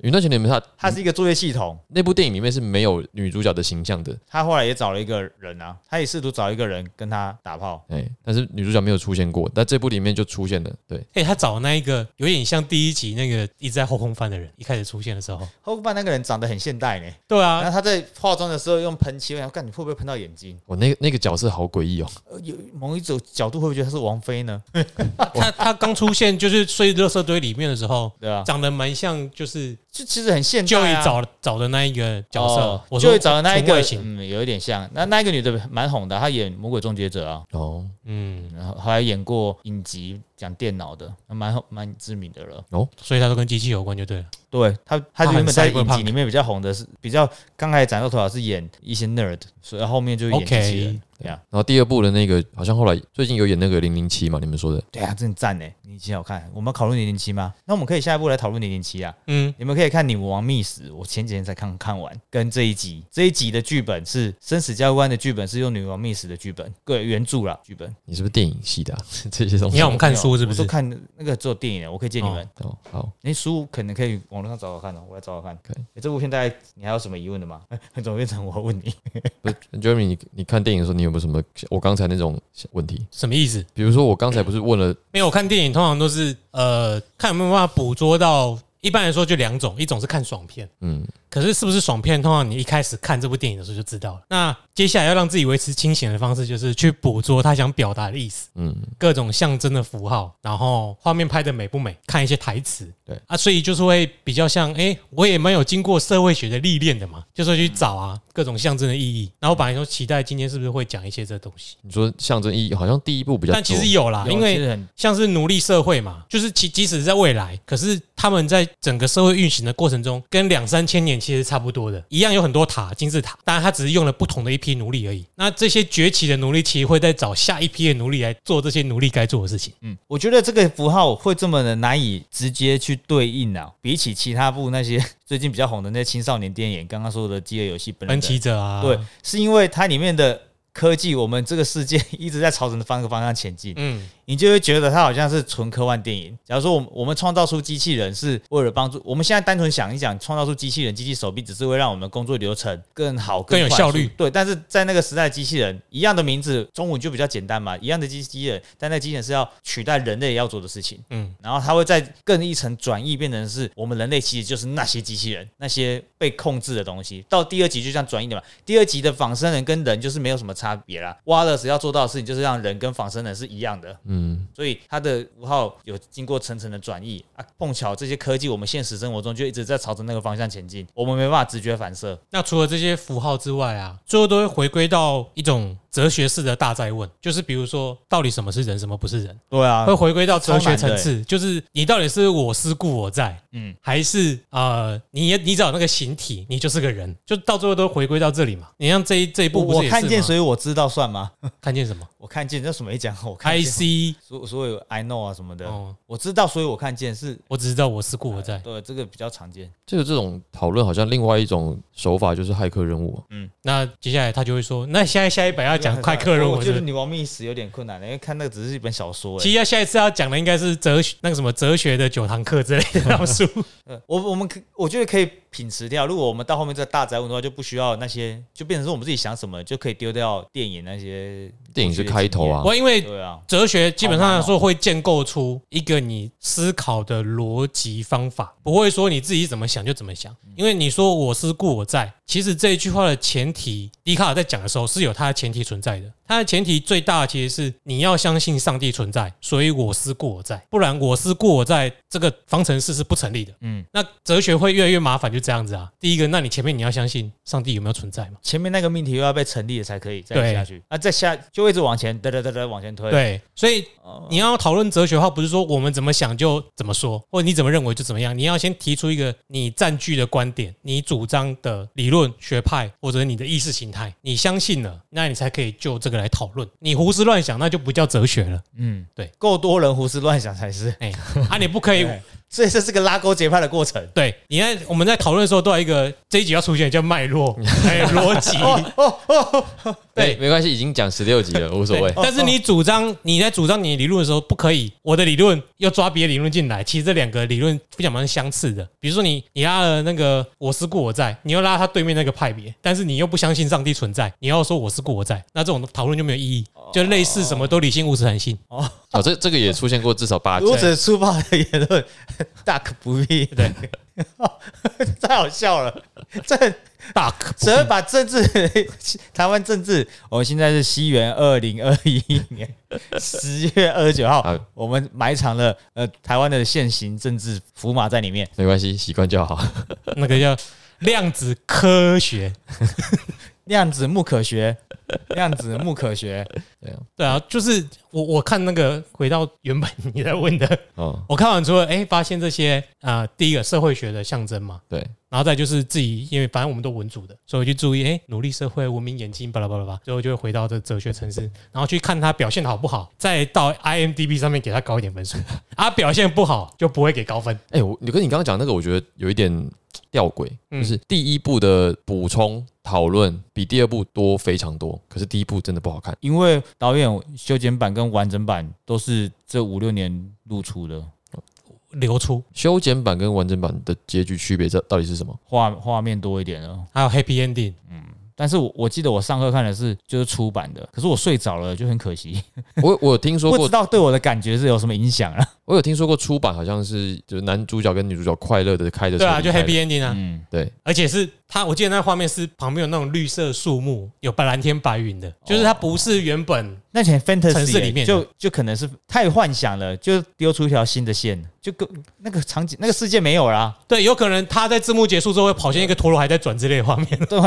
Speaker 1: 云端情人里面，他
Speaker 2: [LAUGHS] 它是一个作业系统。
Speaker 1: 那部电影里面是没有女主角的形象的，
Speaker 2: 他后来也找了一个人啊，他也试图找一个人跟他打炮，
Speaker 3: 嗯
Speaker 1: 哎、但是女主角没有出现过。但这部里面就出现了。对，
Speaker 3: 哎、他找那一个有点像第一集那个一直在后空翻的人，一开始出现的时候，
Speaker 2: 后半那个人长得很现代呢，
Speaker 3: 对
Speaker 2: 然
Speaker 3: 啊，
Speaker 2: 后他在化妆的时候用喷漆，我想干你会不会喷到眼睛？
Speaker 1: 我那个那个角色好诡异哦，
Speaker 2: 呃有某一种角度会不会觉得他是王菲呢？
Speaker 3: 他他刚出现就是睡垃圾堆里面的时候，
Speaker 2: 对啊，
Speaker 3: 长得蛮像就是
Speaker 2: 就其实很现
Speaker 3: 就
Speaker 2: 代
Speaker 3: 一
Speaker 2: 啊。
Speaker 3: 找找的那一个角色，
Speaker 2: 哦
Speaker 3: 我
Speaker 2: 就
Speaker 3: 说
Speaker 2: 会找的那一
Speaker 3: 纯
Speaker 2: 个
Speaker 3: 外，形
Speaker 2: 嗯，有一点像。那那一个女的蛮红的，她演《魔鬼终结者》啊，
Speaker 1: 哦
Speaker 3: 嗯，
Speaker 2: 然后后来演过影集讲电脑的，蛮红蛮知名的了。
Speaker 3: 所以他都跟机器有关就对了。
Speaker 2: 对她，
Speaker 3: 她
Speaker 2: 她原
Speaker 3: 很
Speaker 2: 本在影
Speaker 3: cyberpunk
Speaker 2: 集里面比较红的是比较刚开始崭露头角是演一些 nerd，所以后面就演机
Speaker 3: OK
Speaker 2: 器人。对啊，
Speaker 1: 然后第二部的那个好像后来最近有演那个零零七嘛，你们说的
Speaker 2: 对啊，真的赞呢！你前好看，我们要讨论零零七吗？那我们可以下一步来讨论零零七啊。
Speaker 3: 嗯，
Speaker 2: 你们可以看《女魔王秘史》，我前几天才看看完，跟这一集这一集的剧本是《生死交关》的剧本是用《女王秘史》的剧本，对原著啦剧本。
Speaker 1: 你是不是电影系
Speaker 3: [LAUGHS]
Speaker 1: 的、啊、这些东西？
Speaker 3: 你要我们看书是不
Speaker 2: 我
Speaker 3: 是
Speaker 2: 都？看那个只有电影的，我可以借你们。
Speaker 1: 哦，好，
Speaker 2: 那、书可能可以网络上找找看哦，我来找找看。
Speaker 1: 可以
Speaker 2: 诶这部片大概你还有什么疑问的吗？ [LAUGHS] 很总变成我问你，
Speaker 1: 不是 Jeremy，你你看电影的时候，你有没有什么我刚才那种问题？
Speaker 3: 什么意思？
Speaker 1: 比如说我刚才不是问了，
Speaker 3: 没有，我看电影通常都是呃，看有没有办法捕捉到。一般来说就两种，一种是看爽片，
Speaker 1: 嗯，
Speaker 3: 可是是不是爽片，通常你一开始看这部电影的时候就知道了。那接下来要让自己维持清醒的方式，就是去捕捉他想表达的意思，
Speaker 1: 嗯，
Speaker 3: 各种象征的符号，然后画面拍的美不美，看一些台词，
Speaker 1: 对
Speaker 3: 啊，所以就是会比较像，诶，我也蛮有经过社会学的历练的嘛，就是去找啊各种象征的意义。然后本来说期待今天是不是会讲一些这东西，
Speaker 1: 你说象征意义好像第一部比较多，啊
Speaker 3: 但其实有啦，啊因为
Speaker 2: 有其实很
Speaker 3: 像是奴隶社会嘛，就是其即使在未来，可是他们在整个社会运行的过程中，跟两三千年其实差不多的，一样有很多塔金字塔，当然他只是用了不同的一批奴隶而已。那这些崛起的奴隶其实会在找下一批的奴隶来做这些奴隶该做的事情。
Speaker 2: 嗯，我觉得这个符号会这么的难以直接去对应啊，比起其他部那些 [LAUGHS] 最近比较红的那些青少年电影，刚刚说的《饥饿游戏》本人
Speaker 3: 分
Speaker 2: 的
Speaker 3: 歧者啊，
Speaker 2: 对，，是因为它里面的科技，我们这个世界 [LAUGHS] 一直在朝着方个方向前进，
Speaker 3: 嗯，
Speaker 2: 你就会觉得它好像是纯科幻电影。假如说我们我们创造出机器人是为了帮助，我们现在单纯想一想，创造出机器人、机器手臂，只是会让我们工作流程更好、
Speaker 3: 更有
Speaker 2: 快
Speaker 3: 效
Speaker 2: 速
Speaker 3: 率。
Speaker 2: 对，但是在那个时代，机器人一样的名字，中文就比较简单嘛，一样的机机器人，但那机器人是要取代人类要做的事情。
Speaker 3: 嗯，
Speaker 2: 然后它会再更一层转译，变成是我们人类其实就是那些机器人，那些被控制的东西。到第二集就这样转译的嘛。第二集的仿生人跟人就是没有什么差别啦。挖勒斯要做到的事情就是让人跟仿生人是一样的，
Speaker 1: 嗯，
Speaker 2: 所以它的符号有经过层层的转译啊。碰巧这些科技，我们现实生活中就一直在朝着那个方向前进，我们没办法直觉反射。
Speaker 3: 那除了这些符号之外啊，最后都会回归到一种哲学式的大在问，就是比如说到底什么是人，什么不是人。
Speaker 2: 对啊
Speaker 3: 会，回归到哲学
Speaker 2: 超
Speaker 3: 层
Speaker 2: 难的欸
Speaker 3: 次，就是你到底是我思故我在，嗯
Speaker 2: 嗯，
Speaker 3: 还是呃，你也你找那个形体，你就是个人，就到最后都回归到这里嘛。你像这一这一
Speaker 2: 我
Speaker 3: 步不
Speaker 2: 我
Speaker 3: 是也是吗
Speaker 2: 看见，所以我知道算吗？
Speaker 3: 看见什么
Speaker 2: 我看见，那什么一讲，我看
Speaker 3: ？I
Speaker 2: 见， [LAUGHS]
Speaker 3: C
Speaker 2: 所所有 I know 啊什么的，
Speaker 3: 哦，
Speaker 2: 我知道，所以我看见是。
Speaker 3: 我只知道我思故我在。
Speaker 2: 对，这个比较常见。
Speaker 1: 就有这种讨论，好像另外一种手法就是骇客任务啊，
Speaker 3: 那接下来他就会说，那下一下一本要讲快客任务
Speaker 2: 我觉
Speaker 3: 是不
Speaker 2: 得
Speaker 3: 是。
Speaker 2: 女王秘史有点困难了，因为看那个只是一本小说。
Speaker 3: 其实要下一次要讲的应该是哲学那个什么哲学的九堂课之类
Speaker 2: [LAUGHS]
Speaker 3: 的那种书，
Speaker 2: 哎，呃我我们可我觉得可以品持掉。如果我们到后面这个大宅问的话，就不需要那些，就变成是我们自己想什么就可以丢掉电影那些。
Speaker 1: 电影是开头啊
Speaker 3: 不，过因为
Speaker 2: 对啊，
Speaker 3: 哲学基本上来说会建构出一个你思考的逻辑方法，不会说你自己怎么想就怎么想。因为你说我思故我在，其实这一句话的前提，笛卡尔在讲的时候是有它的前提存在的。它的前提最大的其实是你要相信上帝存在，所以我思故我在，不然我思故我在这个方程式是不成立的。嗯
Speaker 2: 嗯，
Speaker 3: 那哲学会越来越麻烦，就这样子啊。第一个，那你前面你要相信上帝有没有存在嘛？
Speaker 2: 前面那个命题又要被成立了才可以
Speaker 3: 对
Speaker 2: 再下去，那啊再下就一直往前，哒哒哒哒往前推。
Speaker 3: 对，所以
Speaker 2: 哦，
Speaker 3: 你要讨论哲学的话，不是说我们怎么想就怎么说，或者你怎么认为就怎么样，你要先提出一个你占据的观点、你主张的理论学派，或者你的意识形态，你相信了，那你才可以就这个来讨论。你胡思
Speaker 2: [LAUGHS]
Speaker 3: 乱想，那就不叫哲学了。
Speaker 2: 嗯，
Speaker 3: 对，
Speaker 2: 够多人胡思乱想才是。
Speaker 3: 哎、啊，你不可以
Speaker 2: 对所以这是个拉钩结派的过程。
Speaker 3: 对，你看我们在讨论的时候，都有一个这一集要出现叫脉
Speaker 2: [LAUGHS]
Speaker 3: 络，还有逻辑。
Speaker 2: 哦
Speaker 1: 对，
Speaker 3: 对
Speaker 1: 没关系，已经讲十六集了，无所谓
Speaker 3: 对。但是你主张你在主张你理论的时候，不可以我的理论又抓别的理论进来。其实这两个理论不讲蛮相似的。比如说你你拉了那个我思故我在，你又拉他对面那个派别，但是你又不相信上帝存在，你要说我思故我在，那这种讨论就没有意义。就类似什么都理性务实很性，
Speaker 1: 哦，这这个也出现过至少
Speaker 3: 啊
Speaker 1: 八集
Speaker 2: 如。此粗暴的言论， [LAUGHS] 大可不必。
Speaker 3: 对，
Speaker 2: [LAUGHS] 太好笑了，这
Speaker 3: [LAUGHS] 大可不
Speaker 2: 只会
Speaker 3: 必。
Speaker 2: 把政治 [LAUGHS] 台湾政治，我们现在是西元二零二一
Speaker 3: [LAUGHS]
Speaker 2: 年十月二十九号
Speaker 1: 好，
Speaker 2: 我们埋藏了呃台湾的现行政治符码在里面。
Speaker 1: 没关系，习惯
Speaker 3: [LAUGHS]
Speaker 1: 就好。
Speaker 3: 那个叫量子科学。
Speaker 2: 量子木可学， [LAUGHS] 量子木可学，
Speaker 3: 对啊，就是我我看那个回到原本你在问的，
Speaker 1: 哦，
Speaker 3: 我看完之后，哎、发现这些啊、呃第一个社会学的象征嘛，
Speaker 1: 对，
Speaker 3: 然后再就是自己，因为反正我们都文组的，所以我就注意，哎，努力社会、文明演进，巴拉巴拉巴拉，最后就会回到这哲学层次，然后去看他表现好不好，再到 IMDB 上面给他高一点分数， [LAUGHS] 啊，表现不好就不会给高分。
Speaker 1: 哎，我你跟你刚刚讲那个，我觉得有一点吊诡，
Speaker 3: 嗯
Speaker 1: 就是第一部的补充讨论比第二部多非常多，可是第一部真的不好看。
Speaker 2: 因为导演修剪版跟完整版都是这五六年露出的
Speaker 3: 流出
Speaker 1: 修剪版跟完整版的结局区别，这到底是什么？
Speaker 2: 画画面多一点了。
Speaker 3: 还有 Happy Ending，
Speaker 2: 但是我我记得我上课看的是就是出版的，可是我睡着了，就很可惜，
Speaker 1: 我我有听说
Speaker 2: 不
Speaker 1: 过
Speaker 2: 知，道对我的感觉是有什么影响
Speaker 3: [LAUGHS]
Speaker 2: 啊。
Speaker 1: 我有听说过出版好像是就是男主角跟女主角快乐的开着车
Speaker 3: 对啊，
Speaker 1: 离
Speaker 3: 就
Speaker 1: 开
Speaker 3: Happy Ending 啊，
Speaker 2: 嗯，
Speaker 1: 对，
Speaker 3: 而且是它，我记得那画面是旁边有那种绿色树木，有白蓝天白云的，
Speaker 2: 哦
Speaker 3: 就是它不是原本
Speaker 2: 那前 fantasy
Speaker 3: 城市里面的
Speaker 2: 就就可能是太幻想了，就丢出一条新的线，就跟那个场景那个世界没有啦。
Speaker 3: 对，有可能他在字幕结束之后会跑现一个陀螺还在转之类的画面。
Speaker 2: 对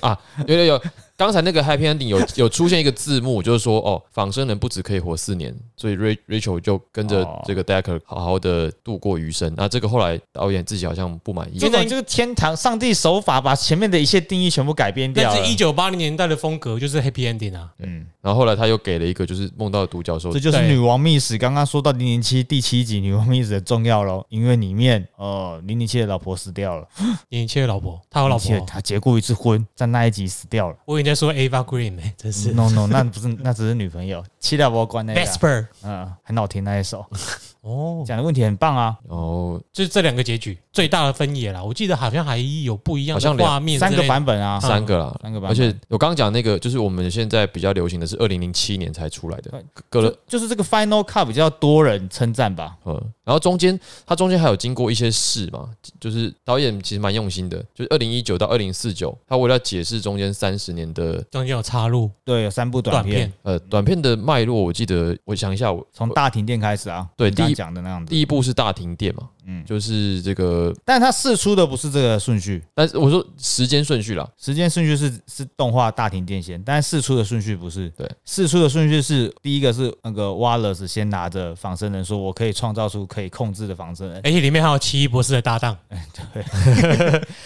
Speaker 2: 啊，
Speaker 1: 有有有，刚才那个 Happy Ending 有有出现一个字幕，就是说哦，仿生人不只可以活四年，所以 Ra- Rachel 就跟着
Speaker 2: 哦
Speaker 1: 这个 Decker 好好的度过余生。那这个后来导演自己好像不满意
Speaker 2: 这，
Speaker 3: 那
Speaker 2: 种就是天堂上帝手法把前面的一切定义全部改变 [LAUGHS] 掉
Speaker 3: 但
Speaker 2: 了
Speaker 3: 是，一九八零年代的风格就是 Happy Ending 啊，
Speaker 2: 嗯，
Speaker 1: 然后后来他又给了一个就是梦到独角兽
Speaker 2: 这，就是
Speaker 3: 对
Speaker 2: 女王密史刚刚说到零零七第七集女王密史的重要咯，因为里面呃零零七的老婆死掉了，
Speaker 3: 年轻的老婆，他有老
Speaker 2: 而
Speaker 3: 婆
Speaker 2: 且
Speaker 3: 哦。
Speaker 2: 她结过一次婚，在那一集死掉了。
Speaker 3: 我以为你在说 Ava Green 欸真是
Speaker 2: No No，那不是， [LAUGHS] 那只是女朋友。七大波关那个啊，
Speaker 3: Vesper
Speaker 2: 嗯，很好听那一首，
Speaker 3: 哦，
Speaker 2: 讲的问题很棒啊。
Speaker 1: 然后
Speaker 3: 就是这两个结局最大的分野啦。我记得好像还有不一样
Speaker 1: 好像
Speaker 3: 的
Speaker 1: 两
Speaker 3: 画面之
Speaker 2: 三
Speaker 3: 类的，
Speaker 2: 个版本啊，
Speaker 1: 三个啦，
Speaker 2: 三个版本
Speaker 1: 而且我刚刚讲那个就是我们现在比较流行的是二零零七年才出来的，隔了
Speaker 2: 就就是这个 Final Cut 比较多人称赞吧。
Speaker 1: 嗯，然后中间它中间还有经过一些事嘛，就是导演其实蛮用心的，就是二零一九到二零四九，他为了解释中间三十年的
Speaker 3: 中间有插入
Speaker 2: 对，有三部短
Speaker 3: 断
Speaker 2: 片
Speaker 3: 片，，
Speaker 1: 呃短片的脉络，我记得我想一下，我
Speaker 2: 从大停电开始啊。
Speaker 1: 对
Speaker 2: 你刚
Speaker 1: 第一
Speaker 2: 讲的那样子
Speaker 1: 第，一部是大停电嘛，
Speaker 2: 嗯，
Speaker 1: 就是这个，
Speaker 2: 但它试出的不是这个顺序，
Speaker 1: 但是我说时间顺序啦，
Speaker 2: 时间顺序是是动画大停电先，但试出的顺序不是。
Speaker 1: 对，
Speaker 2: 试出的顺序是第一个是那个 Wallace 先拿着仿生人说，我可以创造出可以控制的仿生人。哎
Speaker 1: 哎
Speaker 3: 而且里面还有奇异博士的搭档，
Speaker 2: 那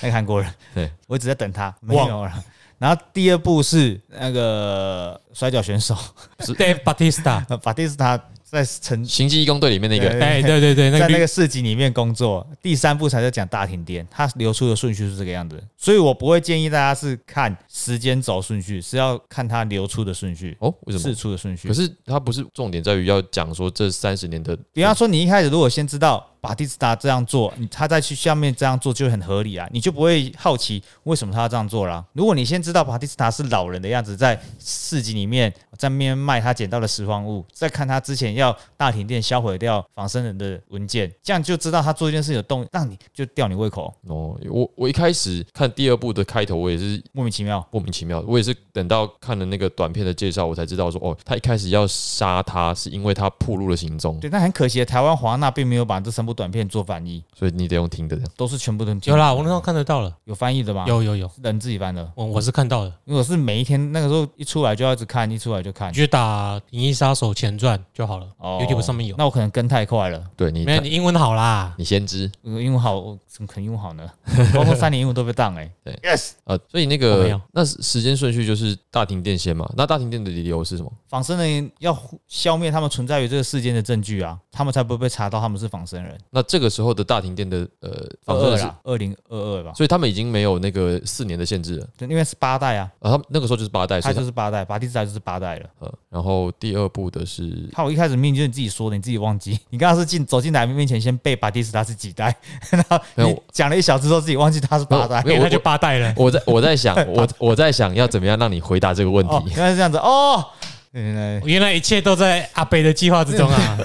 Speaker 2: 个韩国人，
Speaker 1: 对
Speaker 2: 我一直在等他，没
Speaker 3: 忘
Speaker 2: 有了。然后第二部是那个摔跤选手 [LAUGHS]
Speaker 3: Dave Batista。
Speaker 2: 法蒂斯塔在成
Speaker 1: 《刑击义工队》里面那个，
Speaker 3: 哎，对对对，那
Speaker 2: 在
Speaker 3: 个
Speaker 2: 那
Speaker 3: 绿
Speaker 2: 个市集里面工作，第三部才是讲大停电，它流出的顺序是这个样子，所以我不会建议大家是看时间轴顺序，是要看它流出的顺序，
Speaker 1: 哦，为什
Speaker 2: 释
Speaker 1: 么？
Speaker 2: 出的顺序
Speaker 1: 可。是它不是重点在于要讲说这三十年的，
Speaker 2: 比方说，你一开始如果先知道巴蒂斯塔这样做，你他再去下面这样做就很合理啊，你就不会好奇为什么他要这样做啦。如果你先知道巴蒂斯塔是老人的样子，在市集里面在面卖他捡到的拾荒物，再看他之前要大停电销毁掉仿生人的文件，这样就知道他做一件事有动，让你就吊你胃口，
Speaker 1: 哦，我我一开始看第二部的开头，我也是
Speaker 2: 莫名其妙。
Speaker 1: 莫名其妙，我也是等到看了那个短片的介绍，我才知道说，哦，他一开始要杀他是因为他暴露了行踪，
Speaker 2: 对，但很可惜，台湾华纳并没有把这三部短片做翻译，
Speaker 1: 所以你得用听的这样。
Speaker 2: 都是全部都
Speaker 3: 有啦，我那时候看得到了，
Speaker 2: 有翻译的吗？
Speaker 3: 有有有，
Speaker 2: 是人自己翻的，
Speaker 3: 我我是看到了，
Speaker 2: 因为我是每一天那个时候一出来就要一直看，一出来就看
Speaker 3: 你。去打《银翼杀手前传》就好了
Speaker 2: 哦
Speaker 3: ，YouTube 上面有。
Speaker 2: 那我可能跟太快了，
Speaker 1: 对你
Speaker 3: 没有，你英文好啦，
Speaker 1: 你先知，
Speaker 2: 呃英文好，我怎么可能英文好
Speaker 4: [LAUGHS]
Speaker 2: 呢？包括三年英文都被当
Speaker 4: 欸
Speaker 2: 哎、
Speaker 1: 对
Speaker 2: y e s
Speaker 1: 呃，所以那
Speaker 3: 我哦没
Speaker 1: 个
Speaker 3: 有
Speaker 1: 那时时间顺序就是大停电先嘛。那大停电的理由是什么？
Speaker 2: 仿生人要消灭他们存在于这个世间的证据啊，他们才不会被查到他们是仿生人。
Speaker 4: 然，
Speaker 1: 那这个时候的大停电的呃
Speaker 4: 二
Speaker 1: 仿生
Speaker 4: 二
Speaker 1: 是，
Speaker 4: 啦，二零二二吧，
Speaker 1: 所以他们已经没有那个四年的限制了
Speaker 4: 对因为是八代啊，
Speaker 1: 啊。他们那个时候就是八代，所
Speaker 4: 它
Speaker 1: 以他
Speaker 4: 就是八代，拔地之代就是八代了。
Speaker 1: 呃，然后第二部的是
Speaker 4: 看我一开始命就是你自己说的，你自己忘记。 [LAUGHS] 你刚刚是进走进来面前先背巴蒂斯塔是几代， [LAUGHS] 然后
Speaker 1: 没有
Speaker 4: 你讲了一小时之后自己忘记他是八代
Speaker 1: 没。有
Speaker 3: 那
Speaker 1: 我
Speaker 3: 就八代了。 [LAUGHS]
Speaker 1: 我在我在想我我在想要怎么样让你回答这个问
Speaker 4: 哦，
Speaker 1: 题。
Speaker 4: 原来是这样子哦。原来
Speaker 3: 原来一切都在阿北的计划之中啊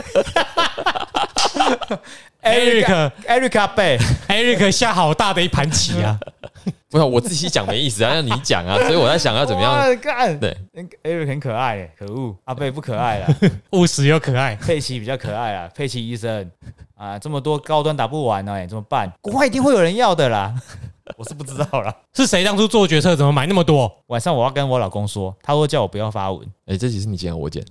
Speaker 2: 哎
Speaker 3: ！Eric
Speaker 4: Erica 贝，
Speaker 3: Eric 下好大的一盘棋啊！
Speaker 1: 不要我自己 [LAUGHS] 讲没意思啊，让你讲啊。所以我在想要怎么样。
Speaker 4: 哇？干
Speaker 1: 对
Speaker 4: ，Eric 很可爱耶，可恶，阿贝不可爱了，
Speaker 3: 务实又可爱。
Speaker 4: 佩奇比较可爱啊，佩奇医生啊，这么多高端打不完呢，哎，怎么办？国外一定会有人要的啦，我是不知道啦。
Speaker 3: 是谁当初做决策？怎么买那么多？
Speaker 4: 晚上我要跟我老公说，他说叫我不要发文。
Speaker 1: 哎、这集是你剪还是我剪？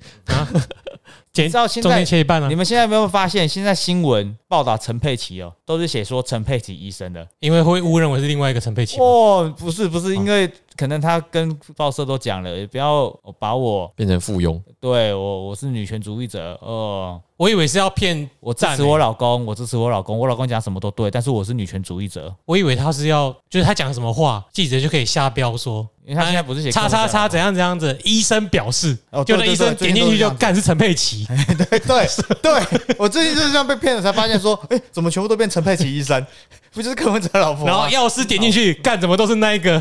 Speaker 3: 剪
Speaker 4: 你知道现在
Speaker 3: 中间切一半啊
Speaker 4: 你，们现在有没有发现，现在新闻报道陈佩琪哦，都是写说陈佩琪医生的。
Speaker 3: 因为会误认为是另外一个陈佩琪嘛。
Speaker 4: 哦，不是不是，因为可能他跟报社都讲了，也不要把我
Speaker 1: 变成附庸，
Speaker 4: 对我我是女权主义者哦。
Speaker 3: 我以为是要骗
Speaker 4: 我支
Speaker 3: 赞
Speaker 4: 持
Speaker 3: 欸
Speaker 4: 我老公，我支持我老公，我老公讲什么都对，但是我是女权主义者，
Speaker 3: 我以为他是要，就是他讲什么话，记者就可以下标说，哎
Speaker 4: 因为他现在不是写
Speaker 3: 叉叉叉怎样怎样子，医生表示，
Speaker 2: 哦
Speaker 3: 就
Speaker 2: 对
Speaker 3: 那医
Speaker 2: 对对
Speaker 3: 生
Speaker 2: 最
Speaker 3: 点
Speaker 2: 近
Speaker 3: 进
Speaker 2: 都
Speaker 3: 去
Speaker 2: 是这
Speaker 3: 就
Speaker 2: 样子
Speaker 3: 干是陈
Speaker 4: [LAUGHS]
Speaker 3: 佩琪，
Speaker 2: 对 [LAUGHS] 对对，我最近就是这样被骗了，才发现说， [LAUGHS] 哎、怎么全部都变陈佩琪医生？不就是柯文哲的老婆
Speaker 3: 然后
Speaker 2: 吗？
Speaker 3: 药师点进去干怎么都是那一个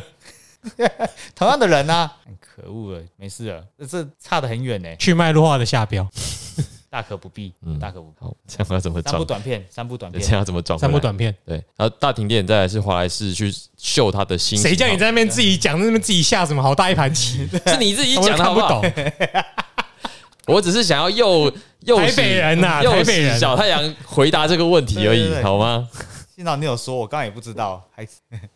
Speaker 2: 同样的人啊，
Speaker 4: 很哎可恶了，没事了，这这差得很远呢，
Speaker 3: 去脉弱化的下标，
Speaker 4: 大可不必，
Speaker 1: 嗯
Speaker 4: 大可不必。
Speaker 1: 好，这样要怎么
Speaker 4: 三
Speaker 1: 转
Speaker 4: 部？短片，三部短
Speaker 1: 对
Speaker 4: 片
Speaker 1: 这，样要怎么转？
Speaker 3: 三部。短片，
Speaker 1: 对，然后大停电，再来是华莱士去秀他的新型号。
Speaker 3: 谁叫你在那边自己讲，在那边自己下什么好大一盘
Speaker 1: [LAUGHS]
Speaker 3: 棋，
Speaker 1: 是你自己
Speaker 3: 我都
Speaker 1: 讲的好
Speaker 3: 看不
Speaker 1: 不好？
Speaker 3: 懂。
Speaker 1: [LAUGHS] 我只是想要诱诱
Speaker 3: 台
Speaker 1: 使
Speaker 3: 北人呐
Speaker 1: 诱
Speaker 3: 台北
Speaker 1: 使
Speaker 3: 人啊
Speaker 1: 小太阳回答这个问题而
Speaker 2: 对
Speaker 1: 已
Speaker 2: 对，对
Speaker 1: 好吗？
Speaker 2: 幸好你有说，我刚刚也不知道，还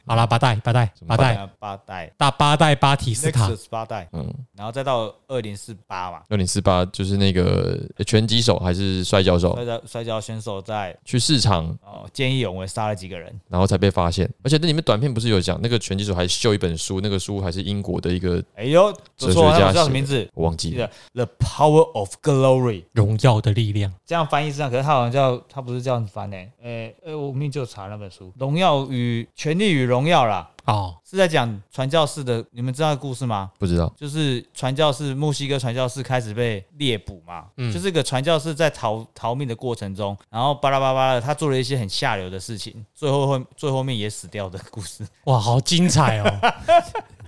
Speaker 3: 好啦，八代八代
Speaker 1: 么
Speaker 3: 八
Speaker 1: 代
Speaker 3: 代
Speaker 2: 啊八代
Speaker 3: 大八代巴提斯塔
Speaker 2: Nexus 八代，
Speaker 1: 嗯，
Speaker 2: 然后再到二零四八嘛，
Speaker 1: 六零四八就是那个拳击手还是摔跤手
Speaker 2: 摔跤摔跤选手在
Speaker 1: 去市场，
Speaker 2: 哦见义勇为杀了几个人，
Speaker 1: 然后才被发现。而且那里面短片不是有讲那个拳击手还秀一本书，那个书还是英国的一个
Speaker 2: 哎呦不
Speaker 1: 哲
Speaker 2: 错，
Speaker 1: 学
Speaker 2: 那
Speaker 1: 家
Speaker 2: 我叫什
Speaker 1: 写
Speaker 2: 么
Speaker 1: 的
Speaker 2: 名字
Speaker 1: 我忘记了。
Speaker 2: ？The Power of Glory，
Speaker 3: 荣耀的力量，
Speaker 2: 这样翻译是这样，可是他好像叫他不是这样翻呢、欸，呃、呃，我明明就有查那本书《荣耀与权力与荣耀》啦，
Speaker 3: 哦，
Speaker 2: 是在讲传教士的，你们知道的故事吗？
Speaker 1: 不知道，
Speaker 2: 就是传教士，墨西哥传教士开始被猎捕嘛，
Speaker 3: 嗯
Speaker 2: 就是一个传教士在逃逃命的过程中，然后巴拉巴拉巴拉的，他做了一些很下流的事情，最后会最后面也死掉的故事。
Speaker 3: 哇，好精彩 [LAUGHS] 哦，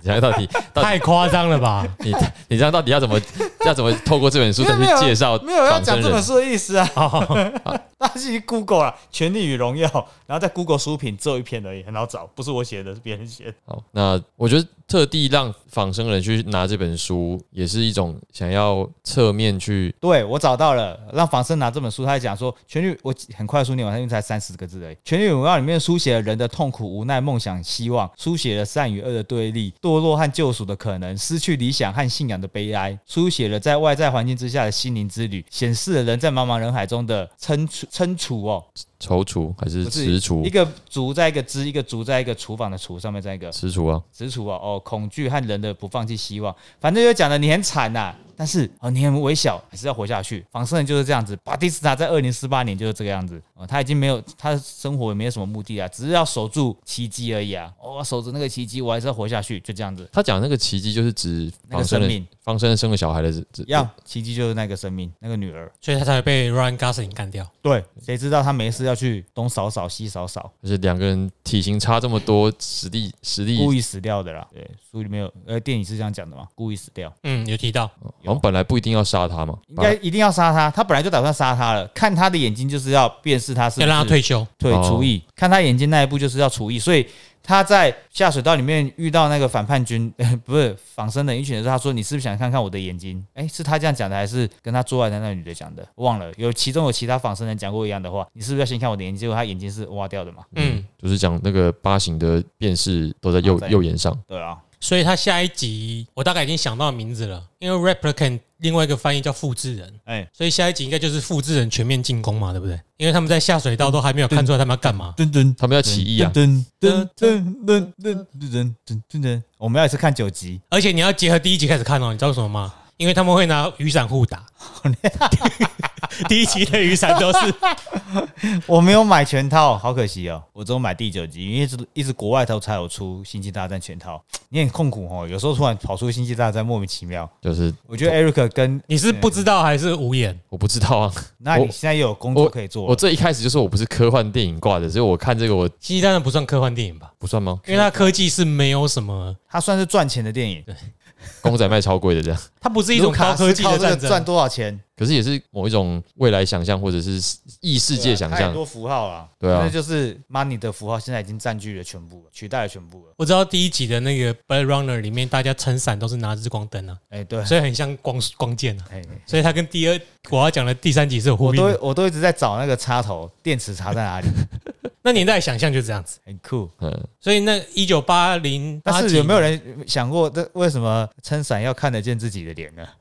Speaker 1: 你这样
Speaker 3: [LAUGHS]
Speaker 1: 到底到底
Speaker 3: 太夸张了吧？
Speaker 1: 你 [LAUGHS] 你这样到底要怎么要怎么透过这本书再去介绍
Speaker 2: 没有要
Speaker 1: 仿
Speaker 2: 讲
Speaker 1: 生
Speaker 2: 这本
Speaker 1: 人？
Speaker 2: 书的意思啊，
Speaker 3: 哦，
Speaker 2: [LAUGHS] 大家去 Google 啊，《权力与荣耀》，然后在 Google 书评只有一篇而已，很好找，不是我写的，是别人写的。
Speaker 1: 好，那我觉得特地让仿生人去拿这本书，也是一种想要侧面去
Speaker 2: 对，我找到了，让仿生拿这本书，他在讲说，《权力》我很快速念完，因为才三十个字而已。《权力与荣耀》里面书写了人的痛苦、无奈、梦想、希望，书写了善与恶的对立、堕落和救赎的可能、失去理想和信仰的悲哀，书写了在外在环境之下的心灵之旅，显示了人在茫茫人海中的称楚称楚哦，
Speaker 1: 踌躇还是
Speaker 2: 不是
Speaker 1: 踟蹰
Speaker 2: 一？个竹在一个枝，一个竹在一个厨房的厨上面在一个
Speaker 1: 踟蹰啊，
Speaker 2: 踟蹰哦哦，恐惧和人的不放弃希望，反正就讲的你很惨呐、但是哦你很微小，还是要活下去。仿生人就是这样子，巴蒂斯塔在二零四八年就是这个样子哦，他已经没有他的生活也没有什么目的啊，只是要守住奇迹而已啊。哦，守着那个奇迹，我还是要活下去，就这样子。
Speaker 1: 他讲那个奇迹就是指仿
Speaker 2: 那个
Speaker 1: 生
Speaker 2: 生
Speaker 1: 人
Speaker 2: 命
Speaker 1: 仿生人生个小孩的这这
Speaker 2: 要奇迹就是那个生命，那个女儿。
Speaker 3: 所以他才会被 Ryan Gosling 干掉。
Speaker 2: 对，谁知道他没事要去东扫扫西扫扫，
Speaker 1: 就是两个人体型差这么多，实力实力
Speaker 2: 故意死掉的啦。对，书里面有，呃，电影是这样讲的嘛，故意死掉。
Speaker 3: 嗯，有提到
Speaker 1: 好像本来不一定要杀他嘛，
Speaker 2: 应该嗯一定要杀他，他本来就打算杀他了，看他的眼睛就是要辨识他是不
Speaker 3: 要
Speaker 2: 是
Speaker 3: 让他退休，
Speaker 2: 对，
Speaker 1: 哦
Speaker 2: 厨艺，看他眼睛那一步就是要厨艺，所以他在下水道里面遇到那个反叛军，不是仿生人一群的时候，他说：“你是不是想看看我的眼睛？”哎，是他这样讲的，还是跟他做爱的那个女的讲的？忘了，有其中有其他仿生人讲过一样的话，你是不是要先看我的眼睛？结果他眼睛是挖掉的嘛？
Speaker 3: 嗯，
Speaker 1: 就是讲那个八型的辨识都在右
Speaker 2: 好在
Speaker 1: 右眼上，
Speaker 2: 对啊，
Speaker 3: 所以他下一集我大概已经想到名字了，因为 replicant 另外一个翻译叫复制人，
Speaker 2: 哎，
Speaker 3: 所以下一集应该就是复制人全面进攻嘛，对不对？因为他们在下水道都还没有看出来他们要干嘛。
Speaker 2: 噔噔
Speaker 1: 他们要起义啊，
Speaker 2: 噔噔噔噔噔噔噔噔噔，我们要一次看九集，
Speaker 3: 而且你要结合第一集开始看哦，你知道为什么吗？ [LAUGHS] [LAUGHS] 因为他们会拿雨伞互打。第一集的雨伞都是
Speaker 2: 我没有买全套，好可惜哦，我只有买第九集，因为是一直国外头才有出《星际大战》全套，你很痛苦哦，有时候突然跑出《星际大战》，莫名其妙。
Speaker 1: 就是
Speaker 2: 我觉得 Eric 跟
Speaker 3: 你是不知道还是无眼？
Speaker 1: 我不知道啊，
Speaker 2: 那你现在也有工作可以做
Speaker 1: 我
Speaker 2: 了，
Speaker 1: 这一开始就说我不是科幻电影挂的，所以我看这个我
Speaker 3: 星际大战不算科幻电影吧？
Speaker 1: 不算吗？
Speaker 3: 因为它科技是没有什么，
Speaker 2: 他算是赚钱的电影，
Speaker 1: 公仔卖超贵的这
Speaker 3: [LAUGHS]
Speaker 1: 样，
Speaker 3: 它不是一种
Speaker 2: 卢卡
Speaker 3: 高
Speaker 2: 斯
Speaker 3: 科技
Speaker 2: 靠
Speaker 3: 的
Speaker 2: 这个
Speaker 3: 战
Speaker 2: 赚
Speaker 3: 争。
Speaker 2: 多少钱？
Speaker 1: 可是也是某一种未来想象或者是异世界想
Speaker 2: 对啊它
Speaker 1: 象
Speaker 2: 很。多符号啊，
Speaker 1: 对啊
Speaker 2: 那就是 money 的符号，现在已经占据了全部了，取代了全部了。
Speaker 3: 我知道第一集的那个《Blade Runner》里面，大家撑伞都是拿日光灯啊，
Speaker 2: 哎，对，
Speaker 3: 所以很像光光剑啊。
Speaker 2: 哎，
Speaker 3: 所以它跟第二我要讲的第三集是有呼
Speaker 2: 我
Speaker 3: 应
Speaker 2: 都
Speaker 3: 的。
Speaker 2: 我都一直在找那个插头，电池插在哪里，
Speaker 3: 那年代的想象就这样子。
Speaker 2: 很酷。
Speaker 1: 嗯，
Speaker 3: 所以那一九八零，
Speaker 2: 但是有没有人想过，这为什么撑伞要看得见自己的脸呢？ [LAUGHS]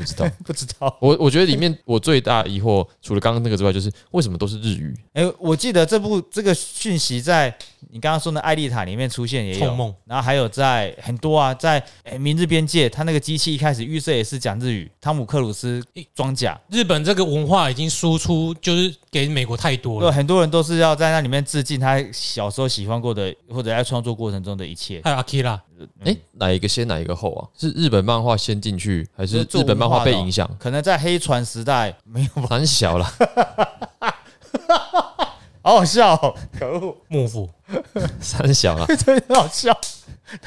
Speaker 1: 不知道。
Speaker 2: 不知道。
Speaker 1: 我我觉得里面我最大疑惑，除了刚刚那个之外，就是为什么都是日语？
Speaker 2: 哎、我记得这部这个讯息在你刚刚说的《艾丽塔》里面出现也
Speaker 3: 冲
Speaker 2: 有，
Speaker 3: 梦？
Speaker 2: 然后还有在很多啊，在哎明日边界》，他那个机器一开始预设也是讲日语，汤姆克鲁斯装甲，
Speaker 3: 日本这个文化已经输出，就是给美国太多
Speaker 2: 对，
Speaker 3: 了。
Speaker 2: 很多人都是要在那里面致敬他小时候喜欢过的，或者在创作过程中的一切。
Speaker 3: 还有 Akira，
Speaker 1: 哎、哪一个先，哪一个后啊？是日本漫画先进去，还是日本漫画被
Speaker 3: [LAUGHS]
Speaker 1: 影响？
Speaker 2: 可能在黑船时代没有，
Speaker 1: 很小啦， [LAUGHS]
Speaker 2: 好好笑、哦，可恶， [LAUGHS]
Speaker 3: 幕府
Speaker 1: 三小啦，
Speaker 2: 真的好笑。 [LAUGHS]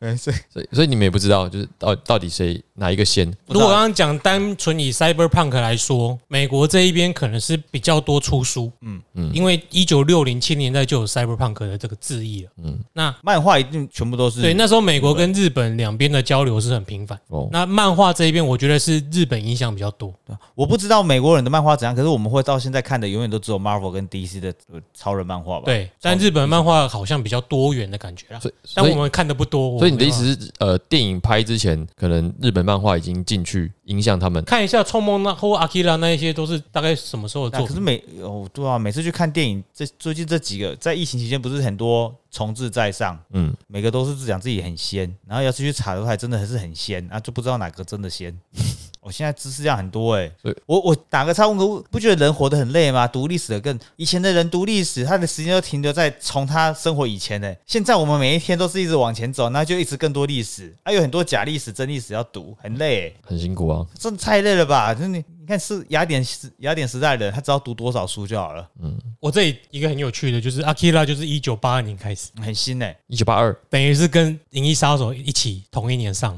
Speaker 2: 没事，
Speaker 1: 所以所以你们也不知道，就是到到底谁哪一个先？
Speaker 3: 如果刚刚讲单纯以 Cyberpunk 来说，美国这一边可能是比较多出书，嗯嗯，因为一九六零七年代就有 Cyberpunk 的这个字义了，嗯，那
Speaker 2: 漫画一定全部都是
Speaker 3: 对那时候美国跟日本两边的交流是很频繁。
Speaker 1: 哦，
Speaker 3: 那漫画这一边，我觉得是日本影响比较多，
Speaker 2: 我不知道美国人的漫画怎样，可是我们会到现在看的永远都只有 Marvel 跟 DC 的呃超人漫画吧？，
Speaker 3: 对，但日本漫画好像比较多元的感觉啦。
Speaker 1: 所以
Speaker 3: 但
Speaker 1: 所以
Speaker 3: 我们看的不多，我
Speaker 1: 所以你的
Speaker 3: 没
Speaker 1: 意
Speaker 3: 办法
Speaker 1: 思是，呃，电影拍之前，可能日本漫画已经进去影响他们，
Speaker 3: 看一下《冲梦》那或《阿基拉》那一些，都是大概什么时候的
Speaker 2: 那
Speaker 3: 作
Speaker 2: 可是
Speaker 3: 品？
Speaker 2: 每哦对啊，每次去看电影，这最近这几个在疫情期间不是很多重置在上，
Speaker 1: 嗯，
Speaker 2: 每个都是自讲自己很仙，然后要是去查的话，还真的还是很仙啊，就不知道哪个真的仙。 [LAUGHS] 我、现在知识量很多哎、
Speaker 1: 所以
Speaker 2: 我我打个岔问个，不觉得人活得很累吗？读历史的更以前的人读历史，他的时间都停留在从他生活以前的、欸现在我们每一天都是一直往前走，那就一直更多历史，还、有很多假历史、真历史要读，很累、欸。
Speaker 1: 很辛苦啊。
Speaker 2: 真的太累了吧？就是你你看是雅典时雅典时代的人，他只要读多少书就好了，
Speaker 3: 我这里一个很有趣的，就是《阿基拉》就是一九八二年开始，
Speaker 2: 很新哎、
Speaker 1: 一九八二，
Speaker 3: 等于是跟《银翼杀手》一起同一年上。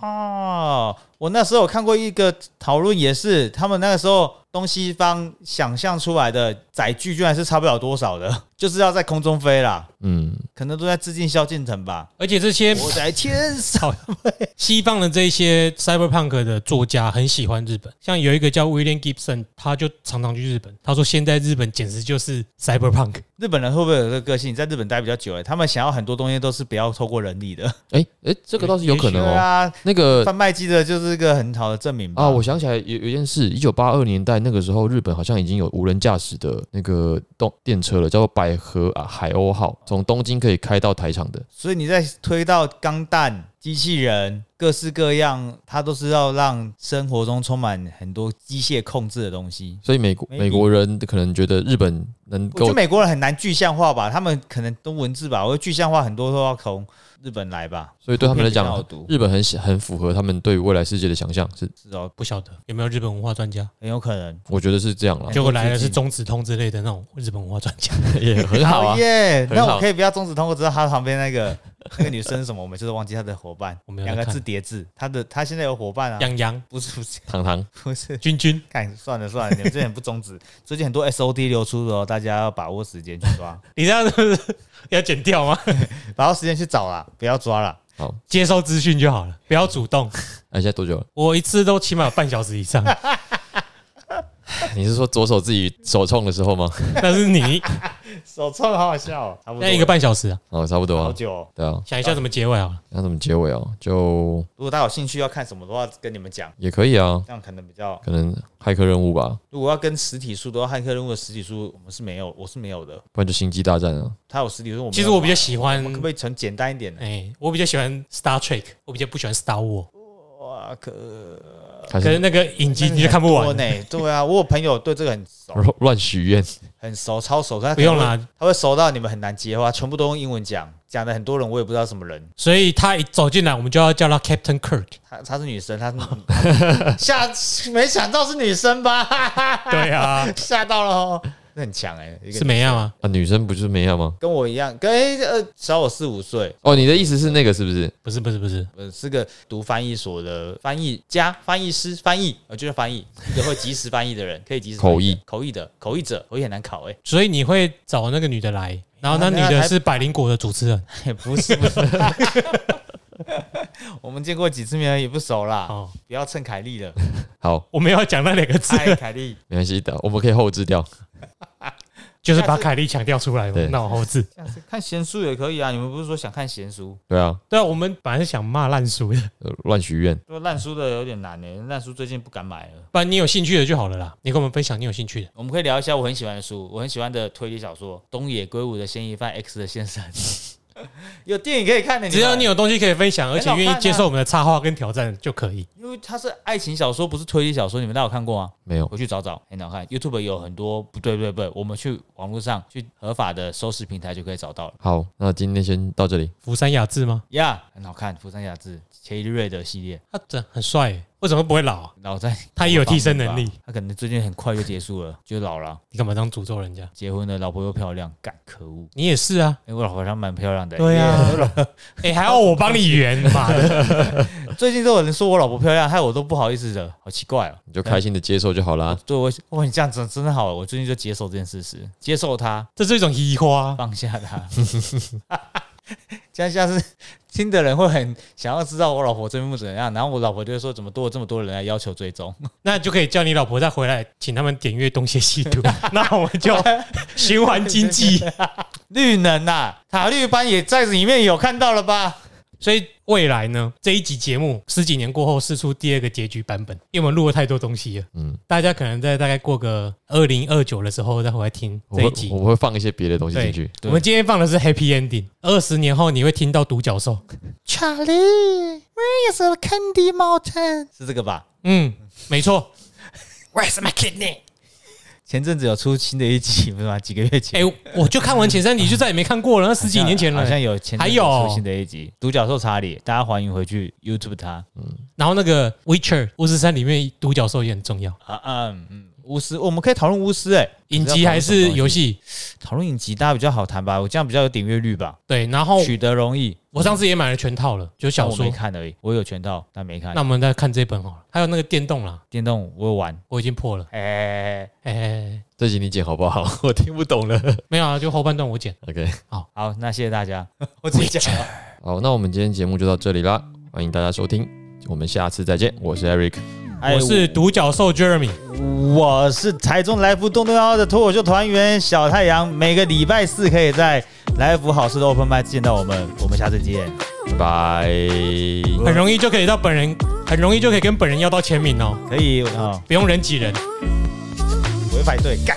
Speaker 2: 哦，我那时候有看过一个讨论，也是他们那个时候东西方想象出来的载具，居然是差不了多少的， [LAUGHS] 就是要在空中飞啦，
Speaker 1: 嗯，
Speaker 2: 可能都在致敬萧敬腾吧。
Speaker 3: 而且这些
Speaker 2: 我在天上，
Speaker 1: [LAUGHS]
Speaker 3: 西方的这些 cyberpunk 的作家很喜欢日本，像有一个叫 William Gibson，他就常常去日本。他说现在日本简直就是 cyberpunk，
Speaker 2: 日本人会不会有这个个性？你在日本待比较久了，欸他们想要很多东西都是不要透过人力的。
Speaker 1: 哎、哎、这个倒是有可
Speaker 2: 对
Speaker 1: 能哦。
Speaker 2: 啊，
Speaker 1: 那个
Speaker 2: 贩卖机的就是一个很好的证明吧。
Speaker 1: 啊，我想起来有有一件事，一九八二年代那个时候，日本好像已经有无人驾驶的那个动电车了，叫做百合啊海鸥号，从东京可以开到台场的。
Speaker 2: 所以你在推到钢弹、机器人，各式各样，它都是要让生活中充满很多机械控制的东西。
Speaker 1: 所以美国
Speaker 2: Maybe
Speaker 1: 美国人可能觉得日本能
Speaker 2: 我觉
Speaker 1: 够
Speaker 2: 得美国人很难具象化吧，他们可能都文字吧，我觉得具象化很多都要从日本来吧。
Speaker 1: 所以对他们来
Speaker 2: 图片比较好
Speaker 1: 讲
Speaker 2: 读，
Speaker 1: 日本很喜很符合他们对未来世界的想象，是
Speaker 2: 是哦，哎
Speaker 3: 不晓得有没有日本文化专家？
Speaker 2: 很有可能。
Speaker 1: 我觉得是这样
Speaker 2: 哎
Speaker 1: 啦，
Speaker 3: 结果来的是中子通之类的那种日本文化专
Speaker 2: [LAUGHS]
Speaker 3: 家。
Speaker 1: 也很好啊。
Speaker 2: 哎耶！
Speaker 1: 很
Speaker 2: 那
Speaker 1: 好
Speaker 2: 我可以不要中指通过，知道他旁边那个那个女生是什么？我每次都忘记她的
Speaker 1: [LAUGHS]
Speaker 2: 伙伴
Speaker 3: 我，没有在
Speaker 2: 两个字
Speaker 3: 看
Speaker 2: 叠字。她的她现在有伙伴啊？
Speaker 3: 杨洋、
Speaker 2: 不是不 [LAUGHS] 是
Speaker 1: 糖 [LAUGHS] 糖，
Speaker 2: 不是，
Speaker 3: 君君，
Speaker 2: 看算了算了，你们这点不中指。最近很多 SOD 流出的哦，大家要把握时间去抓。
Speaker 3: 你这样是不是要剪掉吗？ [LAUGHS]
Speaker 2: 把握时间去找啦，不要抓啦。
Speaker 1: 好，
Speaker 3: 接收资讯就好了，不要主动。
Speaker 1: 哎，现在多久了？
Speaker 3: 我一次都起码有半小时以
Speaker 2: [LAUGHS]
Speaker 3: 上，
Speaker 1: 你是说左手自己手冲的时候吗？ [LAUGHS]
Speaker 3: 那是你
Speaker 2: 手冲好好笑、哦，差不多
Speaker 3: 那一个半小时啊。
Speaker 1: 哦，差不多
Speaker 2: 好
Speaker 1: 啊。
Speaker 2: 久、哦。
Speaker 1: 对啊，
Speaker 3: 想一下怎么结尾好了。
Speaker 1: 那怎么结尾哦？就
Speaker 2: 如果大家有兴趣要看什么的话，跟你们讲，
Speaker 1: 也可以啊，
Speaker 2: 这样可能比较。
Speaker 1: 可能骇客任务吧，
Speaker 2: 如果要跟实体书的话，汉克任务的实体书我们是没有，我是没有的。
Speaker 1: 不然就星际大战啊。
Speaker 2: 他有实体书，我没有
Speaker 3: 其实我比较嗯
Speaker 2: 买
Speaker 3: 喜欢
Speaker 2: 可不可以成简单一点呢
Speaker 3: 哎、？我比较喜欢 Star Trek，我比较不喜欢 Star War。
Speaker 2: 哦啊，可
Speaker 1: 开
Speaker 3: 可是
Speaker 1: 始
Speaker 3: 那个影集你就看不
Speaker 2: 很多
Speaker 3: 完，
Speaker 2: 呢。
Speaker 3: [LAUGHS]
Speaker 2: 对啊，我有朋友对这个很熟，
Speaker 1: 乱 [LAUGHS] 乱许愿，
Speaker 2: 很熟，超熟。他
Speaker 3: 不用
Speaker 2: 了，
Speaker 3: 啦。
Speaker 2: 他会熟到你们很难接话，全部都用英文讲，讲的很多人我也不知道什么人。
Speaker 3: 所以他一走进来，我们就要叫他 Captain Kirk。
Speaker 2: 她她是女生，
Speaker 3: [LAUGHS]
Speaker 2: 她是吓，没想到是女生吧？ [LAUGHS] 哈哈哈
Speaker 3: 对啊，
Speaker 2: 吓到了哦，那很强哎、
Speaker 3: [LAUGHS]
Speaker 2: 一
Speaker 3: 是
Speaker 2: 个
Speaker 3: 梅亚吗？
Speaker 1: 啊，女生不就是没要吗？
Speaker 2: 跟我一样，跟哎呃小我四五岁，
Speaker 1: 哦，你的意思是那个是不是？
Speaker 3: 不是，不是，不是，
Speaker 2: 呃是个读翻译所的翻译家、翻译师、翻译，呃就是翻译，一个会及时翻译的人，可以及时翻
Speaker 1: 口
Speaker 2: 的
Speaker 1: 译、
Speaker 2: 口译的口译者，口译很难考哎、
Speaker 3: 所以你会找那个女的来，然后那女
Speaker 2: 那
Speaker 3: 的
Speaker 2: 还
Speaker 3: 是百灵果的主持人。
Speaker 2: [LAUGHS] 不是 [LAUGHS] 不是，我们见过几次面而已，不熟啦，
Speaker 3: 哦，
Speaker 2: 不要蹭凯莉
Speaker 1: [LAUGHS]
Speaker 2: 了，
Speaker 1: 好，
Speaker 3: 我没有要讲那两个字，
Speaker 2: 嗨凯莉，
Speaker 1: 没关系的，我们可以后置掉。
Speaker 3: [LAUGHS] 就是把凯莉强调出来
Speaker 1: 对
Speaker 3: 嘛。那我后置。
Speaker 2: 下次看闲书也可以啊，你们不是说想看闲书？
Speaker 1: 对啊，
Speaker 3: 对啊，我们本来是想骂烂书的， [LAUGHS]
Speaker 1: 呃乱许愿，
Speaker 2: 说烂书的有点难呢、烂书最近不敢买了。
Speaker 3: 不然你有兴趣的就好了啦。你跟我们分享你有兴趣的。
Speaker 2: 我们可以聊一下我很喜欢的书，我很喜欢的推理小说《东野圭吾的嫌疑犯 X 的先生》， [LAUGHS] 有电影可以看的。
Speaker 3: 只要你
Speaker 2: 有，
Speaker 3: 有东西可以分享，而且
Speaker 2: 很好
Speaker 3: 愿
Speaker 2: 看
Speaker 3: 意
Speaker 2: 啊
Speaker 3: 接受我们的插话跟挑战就可以。
Speaker 2: 因为它是爱情小说，不是推理小说，你们大家有看过吗？
Speaker 1: 没有
Speaker 2: 回去找找，很好看。YouTube 有很多，不对不对不对，我们去网络上去合法的收视平台就可以找到了。
Speaker 1: 好，那今天先到这里。
Speaker 3: 福山雅治吗？
Speaker 2: 呀、很好看，《釜山雅治》切伊瑞的系列，
Speaker 3: 他真很帅耶，为什么不会老啊？
Speaker 2: 老在
Speaker 3: 他也有替身能力，，
Speaker 2: 他可能最近很快就结束了，就老了，
Speaker 3: 你干嘛这样诅咒人家？
Speaker 2: 结婚了，老婆又漂亮，干可恶！
Speaker 3: 你也是啊，
Speaker 2: 哎、我老婆好像蛮漂亮的、
Speaker 3: 对啊，哎，还要我帮你
Speaker 1: [LAUGHS]
Speaker 3: 圆，妈的，
Speaker 2: 最近都有人说我老婆漂亮，害我都不好意思了，好奇怪哦。
Speaker 1: 你就开心的接受就好啦。
Speaker 2: 对我，哇，你这样子真的好，我最近就接受这件事实，接受它，
Speaker 3: 这是一种移花。
Speaker 2: 放下它。这样下次听的人会很想要知道我老婆最近不怎么样，然后我老婆就会说怎么多了这么多人来要求追踪， [LAUGHS]
Speaker 3: 那就可以叫你老婆再回来，请他们点阅东邪西
Speaker 1: [LAUGHS]
Speaker 3: 毒，那我们就循环经济。
Speaker 2: 绿能呐、塔绿班也在里面有看到了吧？
Speaker 3: 所以未来呢，这一集节目十几年过后试出第二个结局版本，因为我们录了太多东西了，
Speaker 1: 嗯，
Speaker 3: 大家可能在大概过个二零二九的时候再回来听
Speaker 1: 我
Speaker 3: 这一
Speaker 1: 会
Speaker 3: 集。
Speaker 1: 我会放一些别的东西进去。
Speaker 3: 我们今天放的是 Happy Ending，二十年后你会听到独角兽。
Speaker 5: Charlie，where is the candy mountain？
Speaker 2: 是这个吧？
Speaker 3: 嗯，没错。
Speaker 5: Where's my kidney？
Speaker 2: 前阵子有出新的一集，不是吗？几个月
Speaker 3: [LAUGHS]
Speaker 2: 前
Speaker 3: 哎、，我就看完前三集就再也没看过了，那十几年前了、
Speaker 2: 好像有前阵
Speaker 3: 还
Speaker 2: 子
Speaker 3: 有
Speaker 2: 出新的一集《独角兽查理》，大家欢迎回去 YouTube 它
Speaker 3: 然后那个《Witcher》巫师三里面独角兽也很重要，
Speaker 2: 啊嗯嗯，巫师我们可以讨论巫师哎、
Speaker 3: 影集还是游戏？
Speaker 2: 讨论影集大家比较好谈吧，我这样比较有点阅率吧，
Speaker 3: 对，然后
Speaker 2: 取得容易。
Speaker 3: 哦我上次也买了全套了，就小
Speaker 2: 哦但我
Speaker 3: 说
Speaker 2: 没。看而已，我有全套，但没看
Speaker 3: 那。我们再看这本好了，还有那个电动啦，
Speaker 2: 电动我有玩，
Speaker 3: 我已经破了。
Speaker 2: 哎、
Speaker 3: 哎、
Speaker 1: 这集你剪好不好？我听不
Speaker 3: [LAUGHS]
Speaker 1: 懂了。
Speaker 3: 没有啊，就后半段我剪。
Speaker 1: OK，
Speaker 2: 好，那谢谢大家，我自己讲了，
Speaker 1: 好，那我们今天节目就到这里啦，欢迎大家收听，我们下次再见。我是 Eric，
Speaker 2: 哎
Speaker 3: 我是独角兽 Jeremy，
Speaker 2: 我是台中来福东东幺的脱口秀团员小太阳，每个礼拜四可以在来福好事的 Open Mic 见到我们，我们下次见。
Speaker 1: 拜拜。
Speaker 3: 很容易就可以到本人，很容易就可以跟本人要到签名哦，
Speaker 2: 可以啊、哦
Speaker 3: 不用人挤人。
Speaker 2: 我会排队干。